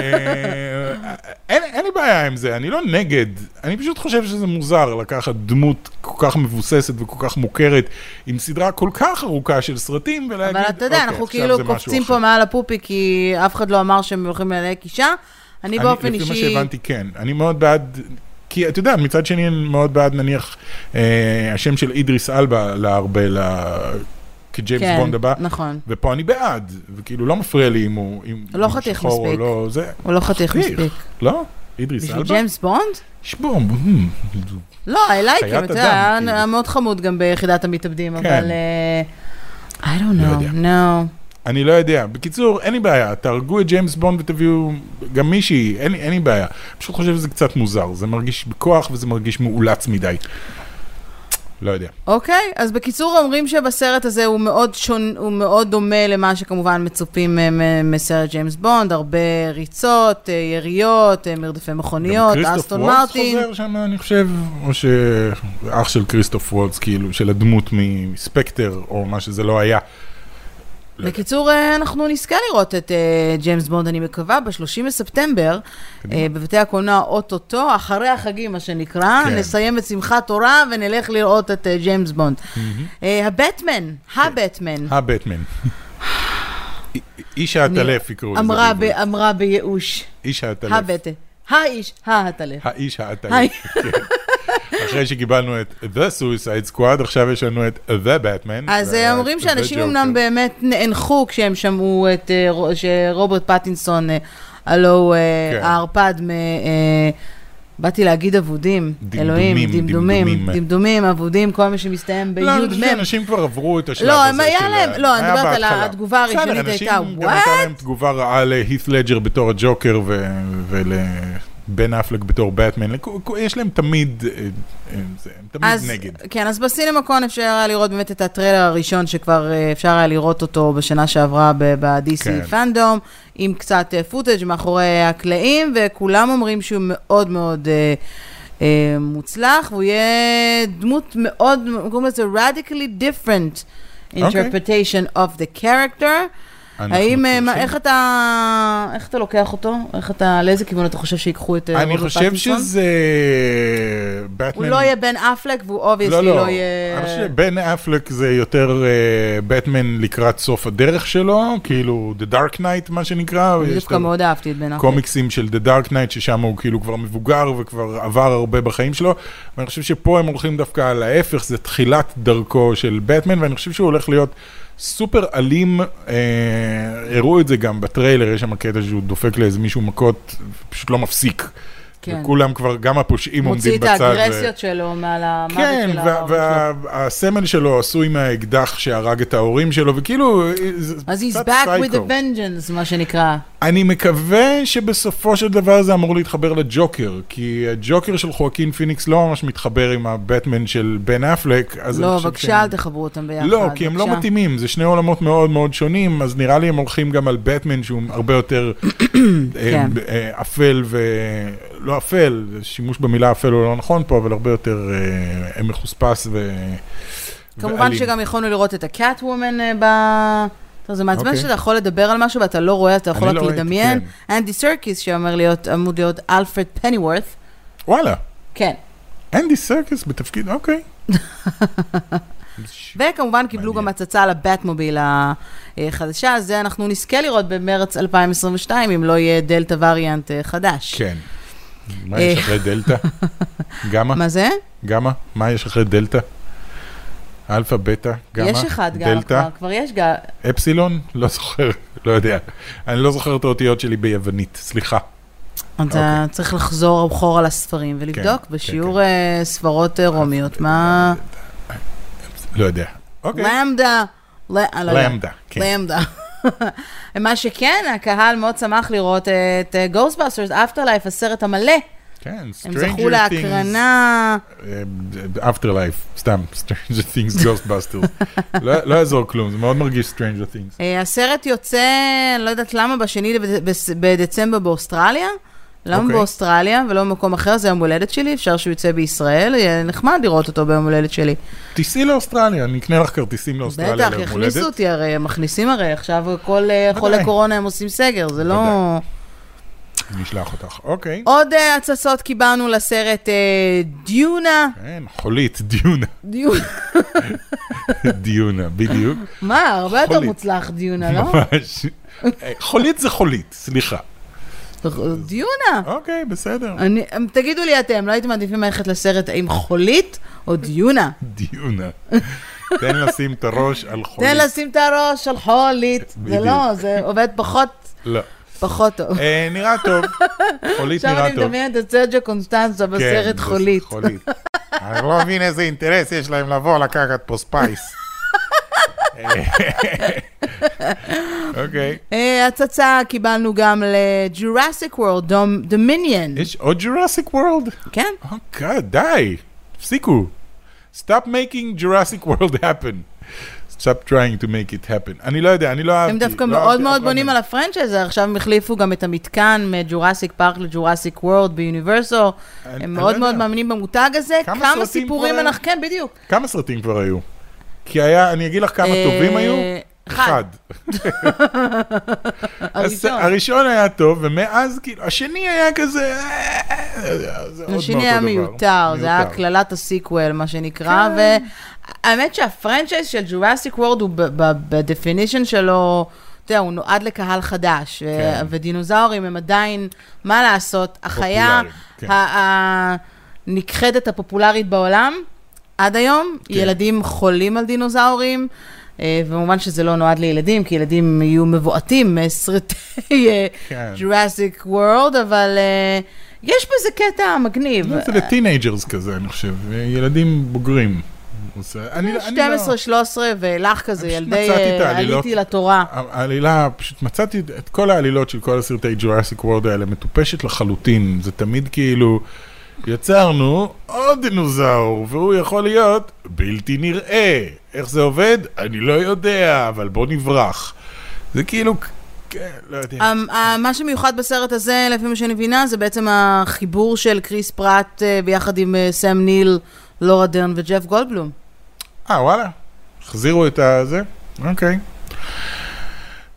אין אין לי בעיה עם זה, אני לא נגד. אני פשוט חושב שזה מוזר לקחת דמות כל כך מבוססת וכל כך מוכרת, עם סדרה כל כך ארוכה של סרטים, ולהגיד, אבל אתה יודע, "אוקיי, אנחנו עכשיו כאילו זה משהו קופצים אחר." פה מעל הפופי, כי אף אחד לא אמר שהם הולכים ללהק אישה. אני באופן אישי... לפי מה שהבנתי, כן. אני מאוד בעד, כי אתה יודע, מצד שני, אני מאוד בעד, נניח, אה, השם של אידריס אלבה לארבל, ה- כג'יימס כן, בונד הבא. נכון. ופה אני בעד, וכאילו לא מפריע לי אם הוא אם לא הוא חתיך שחור או מספיק. לא זה. הוא לא חתיך חתיך. מספיק. לא? אידריס בשביל אלבה? ג'יימס בונד? שבום. אמ, לא, I like him, חיית אתה אדם, יודע, כאילו. היה מאוד חמוד גם ביחידת המתאבדים, כן. אבל... אה, I don't לא know, יודע. no. אני לא יודע. בקיצור, אין לי בעיה, תהרגו את ג'יימס בונד ותביאו גם מישהי, אין לי- אין לי בעיה. פשוט חושב שזה קצת מוזר, זה מרגיש בכוח וזה מרגיש מאולץ מדי. לא יודע. אוקיי, אז בקיצור אומרים שבסרט הזה הוא מאוד שון, הוא מאוד דומה למה שכמובן מצופים אה, מ- מסרט ג'יימס בונד, הרבה ריצות, אה, יריות, אה, מרדפי מכוניות, אסטון מרטין. גם כריסטוף וולץ חוזר שם, אני חושב, או שאח של כריסטוף וולץ, כאילו, של הדמות מספקטר, או מה שזה לא היה. לא יודע. בקיצור, אה, אנחנו נזכה לראות את אה, ג'יימס בונד, אני מקווה, ב-30 בספטמבר, אה, בבתי הקולנוע אוטוטו, אחרי החגים, מה שנקרא, כן. נסיים את שמחת תורה ונלך לראות את כן. אה, ג'יימס בונד. אה, הבטמן, הבטמן, הבטמן. איש האטלף יקראו לזה. אמרה ב- בעברית. אמרה בייאוש. איש האטלף. הבטן. האיש, ההטלף. האיש האטלף. היי. כן. אחרי שקיבלנו את The Suicide Squad, עכשיו יש לנו את The Batman. אז ואת אה, אומרים The שאנשים Joker. אמנם באמת נאנחו כשהם שמעו את אה, רו- שרוברט פטינסון, אה, הלו הוא, אה, כן. הערפד מ... אה, באתי להגיד אבודים, דמדומים, אלוהים, דמדומים, דמדומים. דמדומים, אבודים, כל מה שמסתיים לא, אני בי"ד חושב מ'. שאנשים כבר עברו את השלב לא, הזה הם- היה של להם- ה- לא, אני היה מדברת על בהתחלה. התגובה בסדר, הראשונית הייתה, אנשים גם הייתה להם תגובה רעה להית' לג'ר בתור הג'וקר ולבן אפלק בתור באטמן. לכו- כו- יש להם תמיד, אה, אה, זה, הם אז, תמיד נגד. כן, אז בסינמקון אפשר היה לראות באמת את הטריילר הראשון שכבר אה, אפשר היה לראות אותו בשנה שעברה ב- ב-DC כן. כן. פנדום, עם קצת אה, פוטאג' מאחורי הקלעים, וכולם אומרים שהוא מאוד מאוד אה, אה, מוצלח, והוא יהיה דמות מאוד, קוראים לזה radically different interpretation okay. of the character. אוקיי. אנחנו האם, אה, מה- חושבים- איך אתה, איך אתה לוקח אותו? איך אתה, לאיזה כיוון אתה חושב שיקחו את אה, אני רוברט חושב פטינסון? שזה... באטמן... הוא לא יהיה בן אפלק והוא לא, אובייסלי לא, לא יהיה... אני חושב שבן אפלק זה יותר אה, באטמן לקראת סוף הדרך שלו, כאילו The Dark Knight מה שנקרא, אני יש את דווקא מאוד אהבתי את בן אפלק. הקומיקסים של The Dark Knight ששם הוא כאילו כבר מבוגר וכבר עבר הרבה בחיים שלו, ואני חושב שפה הם הולכים דווקא על ההפך, זה תחילת דרכו של באטמן, ואני חושב שהוא הולך להיות סופר אלים, אה, הראו את זה גם בטריילר, יש שם קטע שהוא דופק לאיזה מישהו מכות, פשוט לא מפסיק. כן. וכולם כבר, גם הפושעים מוציא עומדים את בצד. ו- האגרסיות שלו מעל המוות כן, של וה- ההורים שלו. וה- והסמל שלו עשוי מהאקדח שהרג את ההורים שלו, וכאילו, אה, זה אז he's קצת back with סייקו. a vengeance, מה שנקרא. אני מקווה שבסופו של דבר זה אמור להתחבר לג'וקר, כי הג'וקר של חואקין פיניקס לא ממש מתחבר עם הבטמן של בן אפלק, אז אני לא, חושב בבקשה, שהם- אל תחברו אותם ביחד. לא, כי הם לא בבקשה. מתאימים, זה שני עולמות מאוד מאוד שונים, אז נראה לי הם הולכים גם על בטמן שהוא הרבה יותר אה, כן. אה, אפל ו... לא אפל, שימוש במילה אפל הוא לא נכון פה, אבל הרבה יותר אה, מחוספס ו... כמובן ואלים. שגם יכולנו לראות את הקאט וומן ב... טוב, זה מעצבן אוקיי. שאתה יכול לדבר על משהו ואתה לא רואה, אתה יכול אני רק לא ראיתי, לדמיין. אנדי סרקיס, שאמור להיות, אמור להיות אלפרד פניוורת. וואלה, כן. אנדי סרקס בתפקיד, אוקיי. וכמובן קיבלו מעניין. גם הצצה לבטמוביל החדשה, זה אנחנו נזכה לראות במרץ 2022, אם לא יהיה דלתא וריאנט אה, חדש. כן. מה יש אחרי דלתא? גמא? מה זה? גמא? מה יש אחרי דלתא? אלפא, בטא, גמא, יש אחד גם דלתא, כבר, כבר יש גם. אפסילון? לא זוכר, לא יודע. אני לא זוכר את האותיות שלי ביוונית, סליחה. אתה אוקיי. צריך לחזור אחורה לספרים ולבדוק כן, בשיעור אה, סברות אה, רומיות, מה... לא יודע. אוקיי. למדה. ל- אה, לא יודע. למדה, כן. למדה. מה שכן, הקהל מאוד שמח לראות את אה, Ghostbusters Afterlife, הסרט המלא. כן, Stranger Things. הם זכו להקרנה. אפטרלייף, סתם, Stranger Things, Ghostbusters. לא לא יעזור כלום, זה מאוד מרגיש Stranger Things. אה, הסרט יוצא, אני לא יודעת למה, בשני בד- בס- בדצמבר באוסטרליה. למה אוקיי. באוסטרליה ולא במקום אחר? זה יום הולדת שלי, אפשר שהוא יוצא בישראל, יהיה נחמד לראות אותו ביום הולדת שלי. תיסעי לאוסטרליה, אני אקנה לך כרטיסים לאוסטרליה ליום בטח, הולדת. יכניסו אותי הרי, הם מכניסים הרי, עכשיו כל אה, ודאי. חולי קורונה הם עושים סגר, זה לא... נשלח אותך, אוקיי. עוד אה, הצצות קיבלנו לסרט אה, דיונה. כן, חולית, דיונה, דיונה, דיונה, בדיוק. מה, הרבה יותר חולית. מוצלח דיונה, לא? ממש. אה, חולית זה חולית, סליחה. דיונה. אוקיי, בסדר. אני- תגידו לי אתם, לא הייתם מעדיפים ללכת לסרט עם חולית או דיונה? דיונה. תן לשים את הראש על חולית. תן לשים את הראש על חולית. זה אוקיי. בדיוק. לא, זה עובד פחות, לא. פחות טוב. אה, נראה טוב. חולית עכשיו נראה אני טוב. מדמיינת את סרג'ו קונסטנצה כן, בסרט בס- חולית. אני לא מבין איזה אינטרס יש להם לבוא לקחת פה ספייס. אה, אוקיי. אה, הצצה קיבלנו גם לג'ורסיק וורד, דומיניאן. יש עוד ג'ורסיק וורלד? כן, Oh God, די, תפסיקו. Stop making Jurassic World happen. Stop trying to make it happen. אני לא יודע, אני לא אהבתי. הם דווקא לא מאוד אהבתי מאוד אף בונים אחד על הפרנצ'ייז, עכשיו הם החליפו גם את המתקן מג'ורסיק פארק לג'ורסיק וורד ביוניברסו. מהם. אני- הם אני מאוד לא מאוד יודע. מאמינים במותג הזה. כמה כמה סרטים סיפורים כבר היו? אנחנו... כן, בדיוק. כמה סרטים כבר היו? כי היה, אני אגיד לך כמה אה, טובים היו. אחד. הס- הראשון. הראשון היה טוב, ומאז כאילו, השני היה כזה... אה, זה עוד השני מאותו היה דבר. מיותר, זה היה הקללת הסיקוול, מה שנקרא, והאמת שהפרנצ'ייז של ג'ורסיק וורד הוא ב- ב- בדפינישן שלו אתה יודע, הוא נועד לקהל חדש, כן. ודינוזאורים הם עדיין, מה לעשות, החיה כן. הנכחדת הפופולרית בעולם, עד היום, כן. ילדים חולים על דינוזאורים. אה, וכמובן שזה לא נועד לילדים, כי ילדים יהיו מבועתים מסרטי אה, כן. Jurassic World, אבל אה, יש בזה קטע מגניב. לא, זה לטינג'רס כזה, אני חושב, ילדים בוגרים. עושה- אני- אני לא- 12, 13 ואילך כזה, פשוט ילדי מצאתי את אה, העלילות. עליתי לתורה. העלילה, פשוט מצאתי את כל העלילות של כל הסרטי ג'ורסיק וורד האלה, מטופשת לחלוטין, זה תמיד כאילו, יצרנו עוד דינוזאור, והוא יכול להיות בלתי נראה. איך זה עובד? אני לא יודע, אבל בוא נברח. זה כאילו, כן, לא יודע. המ- אמ, ה- מה שמיוחד בסרט הזה, לפי מה שאני מבינה, זה בעצם החיבור של קריס פרט אה, ביחד עם אה, סם ניל, לורה דרן וג'ף גולדבלום. אה, וואלה, החזירו את הזה? אוקיי.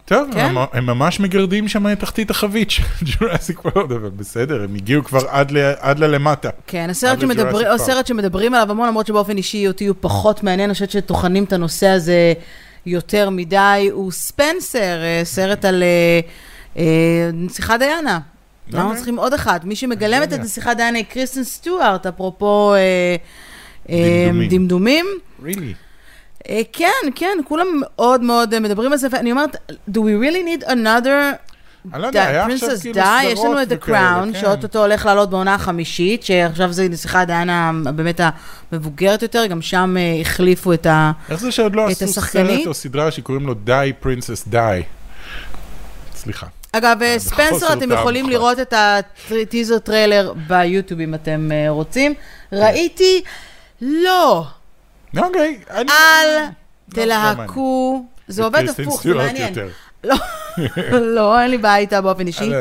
טוב, כן. הם, הם ממש מגרדים שם את תחתית החבית של ג'ורסיק וורד, אבל בסדר, הם הגיעו כבר עד, ל, עד ללמטה. כן, הסרט, עד לג'ורסיק שמדבר... פארק. הסרט שמדברים עליו המון, למרות שבאופן אישי אותי הוא פחות מעניין, אני חושבת שטוחנים את הנושא הזה יותר מדי, הוא ספנסר, אה, סרט על אה, אה, נסיכה דיאנה. אוקיי. לא למה צריכים עוד אחת? מי שמגלמת את יודע. נסיכה דיאנה היא קריסטן סטיוארט, אפרופו אה, אה, דמדומים. דמדומים. really? אה, כן, כן, כולם מאוד מאוד אה, מדברים על זה, ואני אומרת, do we really need another אני לא יודע, היה עכשיו פרינסס כאילו די, יש לנו סדרות את The וכאלה, Crown, כן. שאו-טו-טו הולך לעלות בעונה החמישית, שעכשיו זה נסיכה דיאנה באמת המבוגרת יותר, גם שם אה, החליפו את ה... איך זה שעוד לא את עשו סרט השחקנית? או סדרה שקוראים לו די פרינסס די? סליחה. אגב, אה, בחוסר ספנסר, אתם טעם יכולים מוחלט. לראות את הטיזר טריילר ביוטיוב אם אתם אה, רוצים. כן. ראיתי, לא, אוקיי. אני- אל לא תלהקו. זה עובד קריסטין הפוך, זה סטיוארט מעניין. יותר. לא, לא, אין לי בעיה איתה באופן אישי. אל-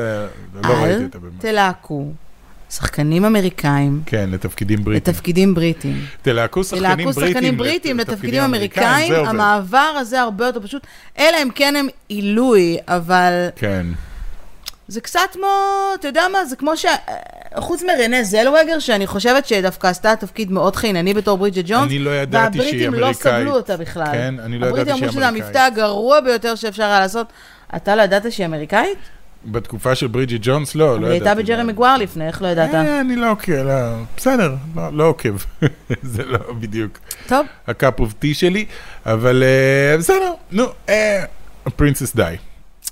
לא ראיתי אל אותה באמת. תלהקו. שחקנים אמריקאים כן, לתפקידים בריטים. לתפקידים בריטים. תלהקו שחקנים בריטים. לעקו שחקנים לת- בריטים לתפקידים אמריקאים, זה עובד. המעבר הזה הרבה יותר פשוט, אלא אם כן הם עילוי, אבל כן. זה קצת כמו, אתה יודע מה, זה כמו ש... אה, חוץ מרנה זלווגר, שאני חושבת שדווקא עשתה תפקיד מאוד חינני בתור ברידג'ט ג'ונס, אני לא ידעתי שהיא והבריטים לא אמריקאית. סבלו אותה בכלל. כן, אני לא ידעתי הבריטים אמרו שהיא שזה אמריקאית. המבטא הגרוע ביותר שאפשר היה לעשות. אתה לא ידעת שהיא אמריקאית? בתקופה של ברידג'י ג'ונס, לא, לא אבל ידעתי. היא הייתה בג'רי מגואר לפני, איך לא ידעת? אה, אני לא עוקב, לא, בסדר, לא- לא עוקב. זה לא בדיוק. טוב, הקאפ אוף טי שלי, אבל אה, בסדר, נו, אה, פרינסס די. אה,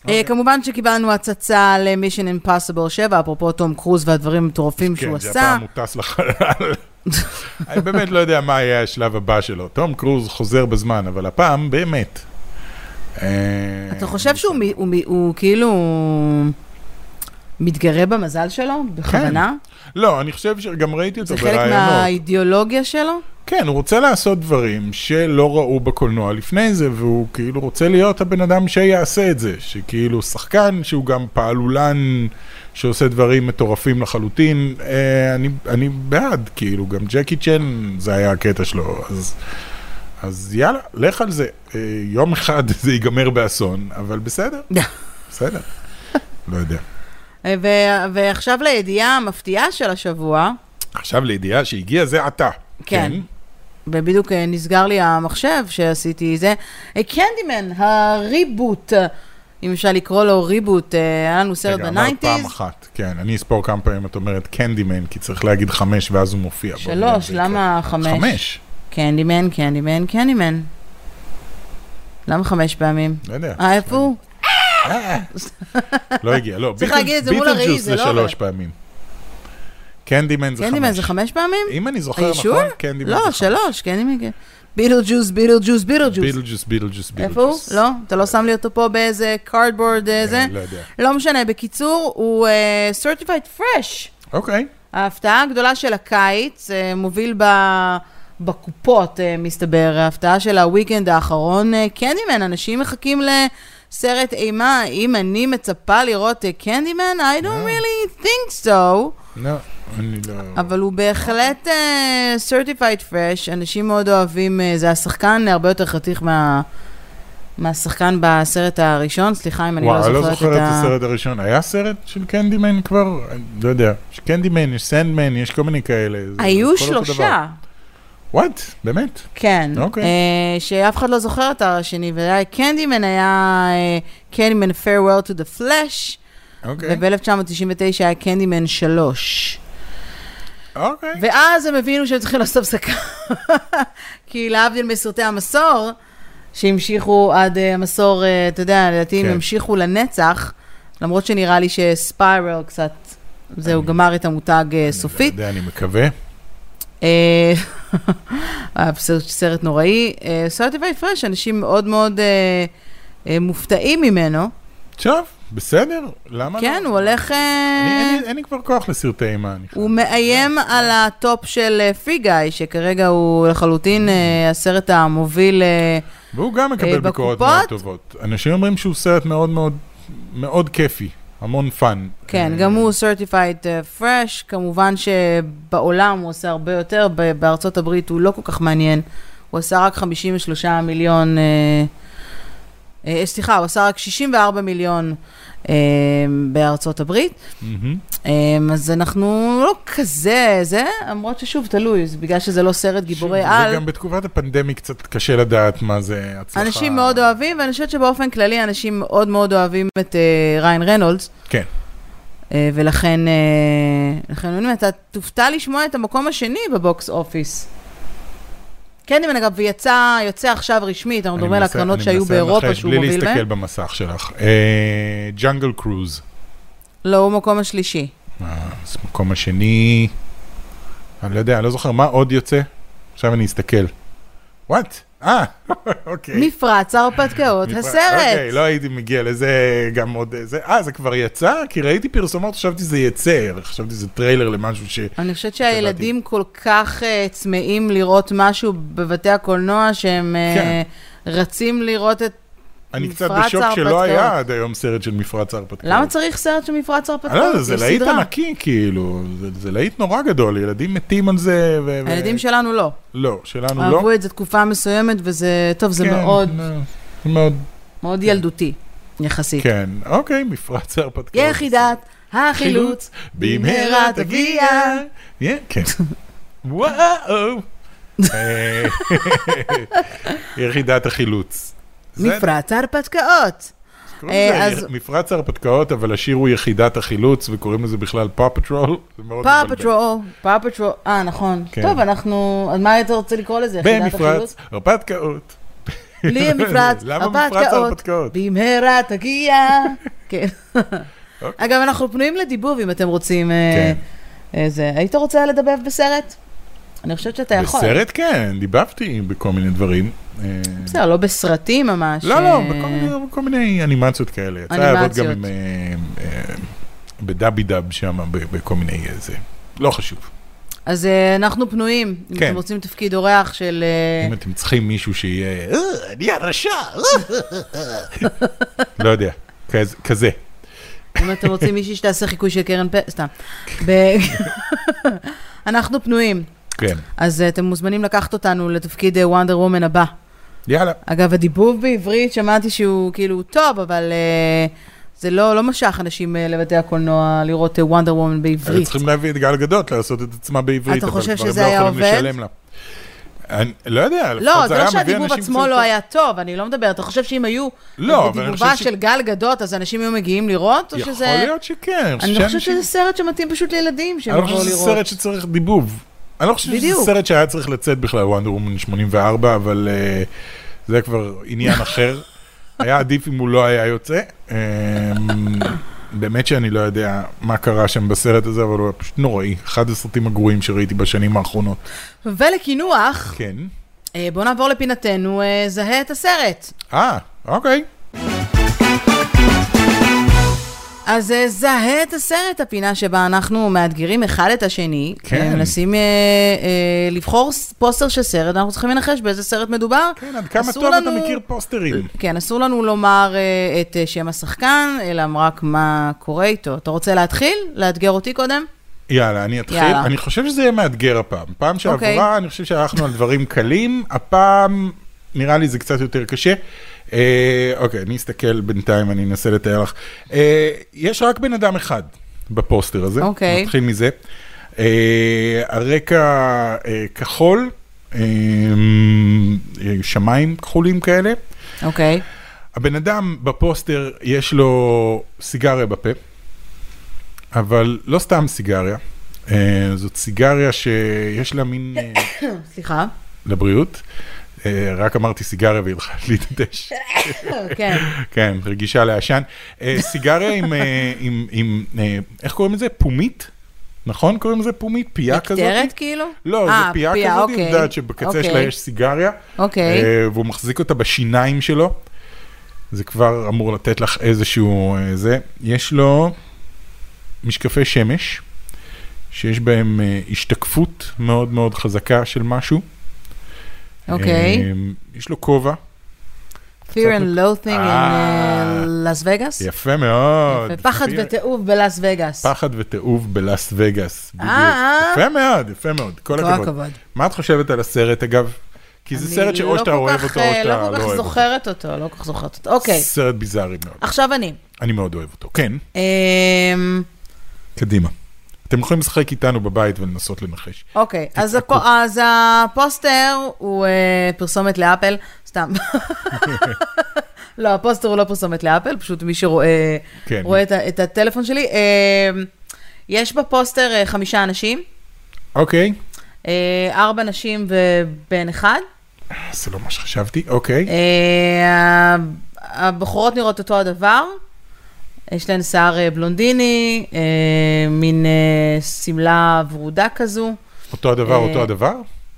אוקיי. כמובן שקיבלנו הצצה למישן אימפסיבל 7, אפרופו תום קרוז והדברים המטורפים שהוא כן, עשה. זה הפעם הוא טס לחלל. אני באמת לא יודע מה יהיה השלב הבא שלו. תום קרוז חוזר בזמן, אבל הפעם באמת. אה, אתה חושב שהוא מ- הוא מ- הוא כאילו מתגרה במזל שלו? בכוונה? לא, אני חושב שגם ראיתי אותו זה חלק ברעיונות. מהאידיאולוגיה שלו? כן, הוא רוצה לעשות דברים שלא ראו בקולנוע לפני זה, והוא כאילו רוצה להיות הבן אדם שיעשה את זה, שכאילו שחקן שהוא גם פעלולן שעושה דברים מטורפים לחלוטין, אה, אני, אני בעד, כאילו, גם ג'קי צ'ן זה היה הקטע שלו, אז, אז יאללה, לך על זה. אה, יום אחד זה ייגמר באסון, אבל בסדר, בסדר. לא יודע. ו- ועכשיו לידיעה המפתיעה של השבוע, עכשיו לידיעה שהגיע זה עתה. כן. ובדיוק אה, נסגר לי המחשב שעשיתי זה, אה, קנדימן, הריבוט, אה, אם אפשר לקרוא לו ריבוט, אה, היה לנו סרט רגע, אמרת פעם בניינטיז. אחת, כן, אני אספור כמה פעמים את אומרת קנדימן, כי צריך להגיד חמש ואז הוא מופיע. בוא נראה אם שלוש, זה יקרה. למה חמש? חמש, קנדימן, קנדימן, קנדימן. למה חמש פעמים? לא יודע. אה, איפה הוא? לא הגיע, לא. צריך ביטל- להגיד את זה מול הראי, ביטלג'וס זה לא עובד. שלוש פעמים. קנדימן זה חמש. קנדימן זה חמש פעמים? אם אני זוכר הישון? נכון, קנדימן זה לא, חמש. שלוש, קנדימן כן. ביטל ג'וס, ביטל ג'וס, ביטל ג'וס. ביטלג'וס, ביטלג'וס, ביטלג'וס. איפה הוא? לא? אתה לא שם לי אותו פה באיזה cardboard אה, זה? אה, לא יודע. לא משנה, בקיצור, הוא אה, certified fresh. אוקיי, ההפתעה הגדולה של הקיץ, אה, מוביל ב- בקופות, אה, מסתבר, ההפתעה של הוויקנד האחרון, אה, קנדימן, אנשים מחכים לסרט אימה, אם אני מצפה לראות אה, קנדימן, I don't really think so, לא, אני לא... אבל הוא בהחלט אה, certified fresh, אנשים מאוד אוהבים, אה, זה השחקן הרבה יותר חתיך מה... מהשחקן בסרט הראשון, סליחה אם אני לא וואו, זוכרת את ה... אני לא זוכר את הסרט הראשון. היה סרט של קנדימן כבר? אני לא יודע. יש קנדימן, יש סנדמן, יש כל מיני כאלה. זה- היו זה כל אותו דבר. שלושה. וואט, באמת. כן. אוקיי. אה, שאף אחד לא זוכר את השני, וקנדימן היה אה, קנדימן Farewell to the Flesh, אוקיי. וב-1999 היה קנדימן 3. אוקיי. ואז הם הבינו שהם צריכים לעשות הפסקה. כי להבדיל מסרטי המסור, שהמשיכו עד אה, המסור, אה, אתה יודע, לדעתי הם כן. המשיכו לנצח, למרות שנראה לי שספיירל קצת, זהו, גמר את המותג אה, סופית. אתה יודע, אני מקווה. אה, היה סרט, סרט נוראי. אה, סרטיבי פרש, אנשים מאוד מאוד אה, אה, מופתעים ממנו. טוב, בסדר, למה לא? כן, הוא הולך... אה, אני- אין לי- אין לי כבר כוח לסרטי אימה, אני חושב. הוא מאיים על הטופ של פרי גיא, שכרגע הוא לחלוטין אה, הסרט המוביל. אה, והוא גם מקבל אה, ביקורות בקופות? מאוד טובות. אנשים אומרים שהוא סרט מאוד מאוד מאוד כיפי, המון פאן. כן, אה, גם הוא certified אה, fresh, כמובן שבעולם הוא עושה הרבה יותר, ב- בארצות הברית הוא לא כל כך מעניין. הוא עשה רק 53 מיליון, אה, אה, סליחה, הוא עשה רק 64 מיליון אה, בארצות הברית. מהמם. אה, אז אנחנו לא כזה, זה, למרות ששוב, תלוי, זה בגלל שזה לא סרט גיבורי שוב, על. וגם בתקופת הפנדמי קצת קשה לדעת מה זה הצלחה. אנשים מאוד אוהבים, ואני חושבת שבאופן כללי אנשים מאוד מאוד אוהבים את אה, ריין רנולדס, כן. אה, ולכן, אה, לכן אני אומרת, אתה תופתע לשמוע את המקום השני בבוקס אופיס. כן, אם אגב, ויצא, יוצא עכשיו רשמית, אנחנו אני מדברים על מנסה- הקרנות אני שהיו מנסה באירופה לנחש שהוא מוביל בלי להסתכל בהן. במסך שלך. אה, ג'אנגל קרוז. לא, הוא מקום השלישי. אז מקום השני... אני לא יודע, אני לא זוכר, מה עוד יוצא? עכשיו אני אסתכל. וואט? אה, אוקיי. מפרץ ההרפתקאות, מפרט. אוקיי, הסרט. לא הייתי מגיע לזה גם עוד... זה, אה, זה כבר יצא? כי ראיתי פרסומות, חשבתי זה יצא, חשבתי זה טריילר למשהו ש... אני חושבת לא שהילדים כל כך אה, צמאים לראות משהו בבתי הקולנוע, שהם אה, כן. רצים לראות את... אני קצת מפרץ בשוק שלא ההרפתקאות. היה עד היום סרט של מפרץ ההרפתקאות. למה צריך סרט של מפרץ אני לא הרפתקאות? יודע, זה יש להיט סדרה. ענקי, כאילו, זה- זה להיט נורא גדול, ילדים מתים על זה, ו... ו- הילדים שלנו לא. לא, שלנו לא. אהבו את זה תקופה מסוימת, וזה, טוב, זה כן, מאוד, לא, זה מאוד, מאוד ילדותי, יחסית. כן, אוקיי, מפרץ ההרפתקאות. יחידת החילוץ, במהרה תגיע. כן, כן. וואו. אה, יחידת החילוץ. זה- מפרץ ההרפתקאות. קוראים לזה אה, אז- מפרץ ההרפתקאות, אבל השיר הוא יחידת החילוץ, וקוראים לזה בכלל פאפטרול. פאפטרול, פאפטרול, אה, נכון. כן. טוב, אנחנו, אז מה היית רוצה לקרוא לזה? יחידת החילוץ? במפרץ הרפתקאות. בלי מפרץ, למה מפרץ הרפתקאות. ההרפתקאות? במהרה תגיע. כן. אוקיי. אגב, אנחנו פנויים לדיבוב אם אתם רוצים. אה, כן. אה, זה. היית רוצה לדבב בסרט? אני חושבת שאתה יכול. בסרט כן, דיבבתי בכל מיני דברים. אה, בסדר, לא בסרטים ממש. לא, לא, אה, בכל מיני- בכל מיני אנימציות כאלה. יצא לעבוד אנימציות. גם עם... אה, אה, בדאבי דאב שם, ב- בכל מיני אה, זה. לא חשוב. אז אה, אנחנו פנויים, אם כן. אתם רוצים תפקיד אורח של... אה, אם אתם צריכים מישהו שיהיה, "אה, אני הרשע, אה." לא יודע, כזה- כזה. אם אתם רוצים מישהי שתעשה חיקוי של קרן פ... סתם. ב- אנחנו פנויים, כן, אז אה, אתם מוזמנים לקחת אותנו לתפקיד וונדר וומן הבא. יאללה. אגב, הדיבוב בעברית, שמעתי שהוא כאילו טוב, אבל אה, זה לא לא משך אנשים אה, לבתי הקולנוע לראות וונדר וומן היו בעברית. צריכים להביא את גל גדות לעשות את עצמה בעברית, אתה אבל חושב כבר הם שזה לא היה יכולים עובד? לשלם לה. אני לא יודע, לא, לפחות זה היה לא מביא שהדיבוב אנשים עצמו קצת- לא היה טוב, אני לא מדברת. אתה חושב שאם היו לא, אבל אני בדיבובה חושב ש- של גל גדות, אז אנשים היו מגיעים לראות? או שזה... יכול להיות שכן. אני לא חושבת שאנשים- שזה סרט שמתאים פשוט לילדים שהם אני לא יבואו חושב לראות. שזה סרט שצריך דיבוב. אני לא חושב שזה בדיוק. סרט שהיה צריך לצאת בכלל, וונדר וומן 84, אבל אה, זה כבר עניין אחר. היה עדיף אם הוא לא היה יוצא. אה, באמת שאני לא יודע מה קרה שם בסרט הזה, אבל הוא היה פשוט נוראי. אחד הסרטים הגרועים שראיתי בשנים האחרונות. ולקינוח, כן. אה, בואו נעבור לפינתנו, אה, זהה את הסרט. אה, אוקיי. אז אה, זהה את הסרט, הפינה שבה אנחנו מאתגרים אחד את השני. כן. אה, מנסים אה, אה, לבחור ס- פוסטר של סרט, אנחנו צריכים לנחש באיזה סרט מדובר. כן, עד כמה אסור טוב אתה לנו- מכיר פוסטרים. כן, אסור לנו לומר אה, את אה, שם השחקן, אלא רק מה קורה איתו. אתה רוצה להתחיל? לאתגר אותי קודם? יאללה, אני אתחיל. יאללה. אני חושב שזה יהיה מאתגר הפעם. פעם אוקיי. שעברה, אני חושב שהלכנו על דברים קלים, הפעם נראה לי זה קצת יותר קשה. אה, אוקיי, אני אסתכל בינתיים, אני אנסה לתאר לך. אה, יש רק בן אדם אחד בפוסטר הזה. אוקיי. נתחיל מזה. אה, הרקע אה, כחול, אמ, שמיים כחולים כאלה. אוקיי. הבן אדם בפוסטר יש לו סיגריה בפה, אבל לא סתם סיגריה, אה, זאת סיגריה שיש לה מין... אה, סליחה. לבריאות. אה, רק אמרתי סיגריה והיא הלכה להתנדש. כן. כן, רגישה לעשן. אה, סיגריה עם, אה, עם, עם, אה, איך קוראים לזה? פומית? נכון קוראים לזה פומית? פייה כזאת? מקטרת כאילו? לא, אה, זו פייה פייה, כזאת, אוקיי. היא יודעת שבקצה שלה אוקיי. יש סיגריה, אוקיי. אה, והוא מחזיק אותה בשיניים שלו. זה כבר אמור לתת לך איזשהו אה, זה. יש לו משקפי שמש, שיש בהם אה, השתקפות מאוד מאוד חזקה של משהו. אוקיי. אה, יש לו כובע, Fear and Loathing אה. in לס וגאס? יפה מאוד. פחד יפה. ותיעוב בלאס וגאס. פחד ותיעוב בלאס וגאס, בדיוק. אה. יפה מאוד, יפה מאוד, כל כל הכבוד. הכבוד. מה את חושבת על הסרט, אגב? כי זה אני סרט שאו לא שאתה כל אוהב כך, אותו, או אה, שאתה לא אוהב לא כל כך אותו. זוכרת אותו, לא כל כך זוכרת אותו. אוקיי, סרט ביזארי מאוד. עכשיו אני. אני מאוד אוהב אותו. כן, אמ, קדימה. אתם יכולים לשחק איתנו בבית ולנסות לנחש. אוקיי, אז תצעקו. הפו- אז הפוסטר הוא אה, פרסומת לאפל, סתם. לא, הפוסטר הוא לא פרסומת לאפל, פשוט מי שרואה כן. רואה את ה- את הטלפון שלי. אמ, יש בפוסטר אה, חמישה אנשים, אוקיי, אה, ארבע נשים ובן אחד. אה, זה לא מה שחשבתי, אוקיי. אה, הבחורות נראות אותו הדבר, יש להן שיער אה, בלונדיני, אה, מין אה, שמלה ורודה כזו, אותו הדבר, אה, אותו הדבר?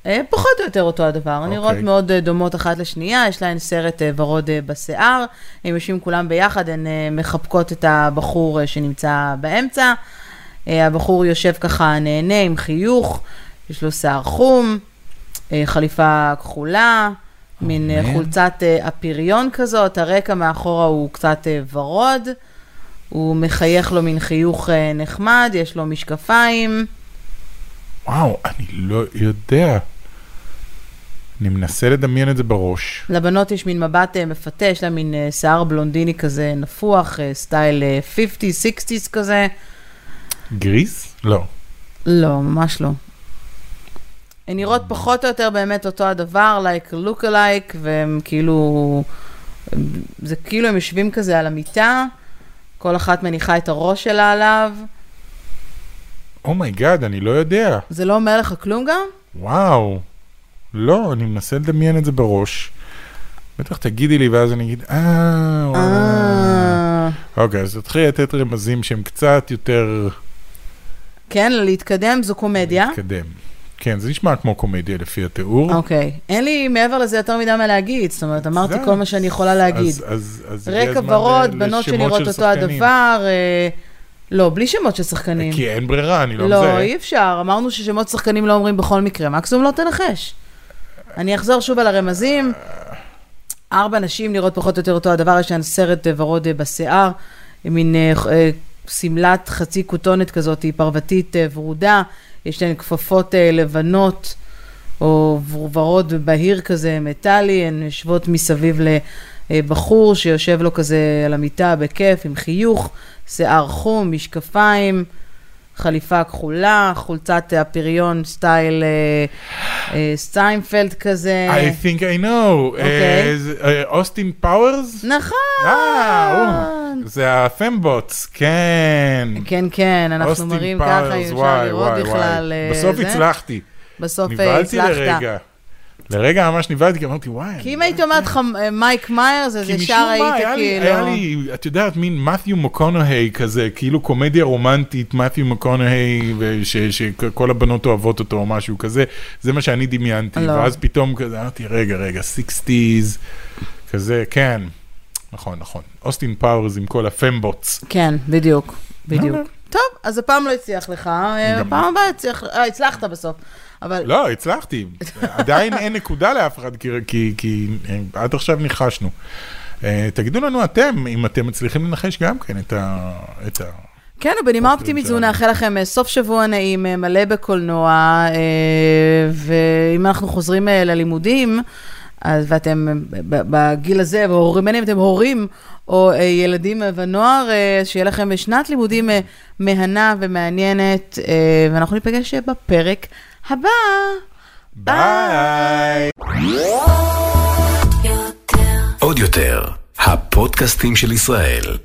אה, פחות או יותר אותו הדבר, okay. נראות מאוד אה, דומות אחת לשנייה, יש להן סרט אה, ורוד אה, בשיער, הם יושבים כולם ביחד, הן אה, מחבקות את הבחור אה, שנמצא באמצע, אה, הבחור יושב ככה נהנה עם חיוך, יש לו שיער חום, אה, חליפה כחולה, מין אה, אמן. חולצת אה, הפריון כזאת, הרקע מאחורה הוא קצת אה, ורוד, הוא מחייך לו מין חיוך אה, נחמד, יש לו משקפיים. וואו, אני לא יודע. אני מנסה לדמיין את זה בראש. לבנות יש מין מבט אה, מפתה, יש לה מין אה, שיער בלונדיני כזה נפוח, אה, סטייל אה, 50-60's כזה. גריז? לא. לא, ממש לא. הן נראות פחות או יותר באמת אותו הדבר, לייק לוק אלייק, והם כאילו... הם- זה כאילו הם יושבים כזה על המיטה, כל אחת מניחה את הראש שלה עליו. אומייגאד, אני לא יודע. זה לא אומר לך כלום גם? וואו. לא, אני מנסה לדמיין את זה בראש. בטח תגידי לי, ואז אני אגיד, אה, וואו. אה... אוקיי, אז תתחילי לתת רמזים שהם קצת יותר כן, להתקדם זו קומדיה. מתקדם. כן, זה נשמע כמו קומדיה לפי התיאור. אוקיי. אין לי מעבר לזה יותר מדי מה להגיד, זאת אומרת, אמרתי זהו. כל מה שאני יכולה להגיד. אז- אז- אז הגיע רקע הזמן ורוד, ל- בנות לשמות שנראות של אותו שחקנים. הדבר. אה, לא, בלי שמות של שחקנים. כי אין ברירה, אני לא לא, מזהה. אי אפשר. אמרנו ששמות שחקנים לא אומרים בכל מקרה. מקסימום לא תנחש. אני אחזור שוב על הרמזים. ארבע נשים נראות פחות או יותר אותו הדבר, יש להן סרט אה, ורוד אה, בשיער, עם מין אה, ח- אה, שמלת חצי כותונת כזאת, היא פרוותית אה, ורודה, יש להן כפפות אה, לבנות, או ור- ורוד בהיר כזה, מטאלי, הן יושבות מסביב לבחור שיושב לו כזה על המיטה בכיף, עם חיוך, שיער חום, משקפיים. חליפה כחולה, חולצת אה, הפריון סטייל אה, אה, סטיינפלד כזה. I think I know. אוקיי. לא! אה, זה- אה, אוסטין פאוורס? אה, נכון! הוא. זה הפמבוטס, כן. כן, כן, אנחנו אוסטין מראים פאוורס, ככה, אם אפשר וואי, לראות וואי, בכלל. וואי. אה, בסוף זה. הצלחתי. בסוף אה, נבהלתי הצלחת. לרגע. לרגע ממש נבהלתי, כי אמרתי, וואי. כי אני אם לא היית אומרת לך אה, מייק מיירס, אז כי משום ישר מה, היית היה לי- כאילו... היה לי, את יודעת, מין מת'יו מקונהי כזה, כאילו קומדיה רומנטית, מת'יו מקונהי, שכל הבנות אוהבות אותו או משהו כזה, זה מה שאני דמיינתי, לא. ואז פתאום כזה, אמרתי, רגע, רגע, 60's, כזה, כן, נכון, נכון, אוסטין פאוורס עם כל הפמבוטס. כן, בדיוק, אוקיי. בדיוק. טוב, אז הפעם לא הצליח לך, אה, גם- פעם הבאה הצליח, אה, הצלחת בסוף. אבל לא, הצלחתי, עדיין אין נקודה לאף אחד, כי- כי- כי אה, עד עכשיו ניחשנו. אה, תגידו לנו אתם, אם אתם מצליחים לנחש גם כן את ה... את ה- כן, ובנימה אופטימית אופטימית זו שלנו. נאחל לכם אה, סוף שבוע נעים, אה, מלא בקולנוע, אה, ואם אנחנו חוזרים אה, ללימודים, אז ואתם אה, ב- בגיל הזה, והורים, בין אם אתם הורים או אה, ילדים אה, ונוער, אה, שיהיה לכם אה, שנת לימודים אה, מהנה ומעניינת, אה, ואנחנו ניפגש אה, בפרק הבא. ביי! עוד יותר, הפודקאסטים של ישראל.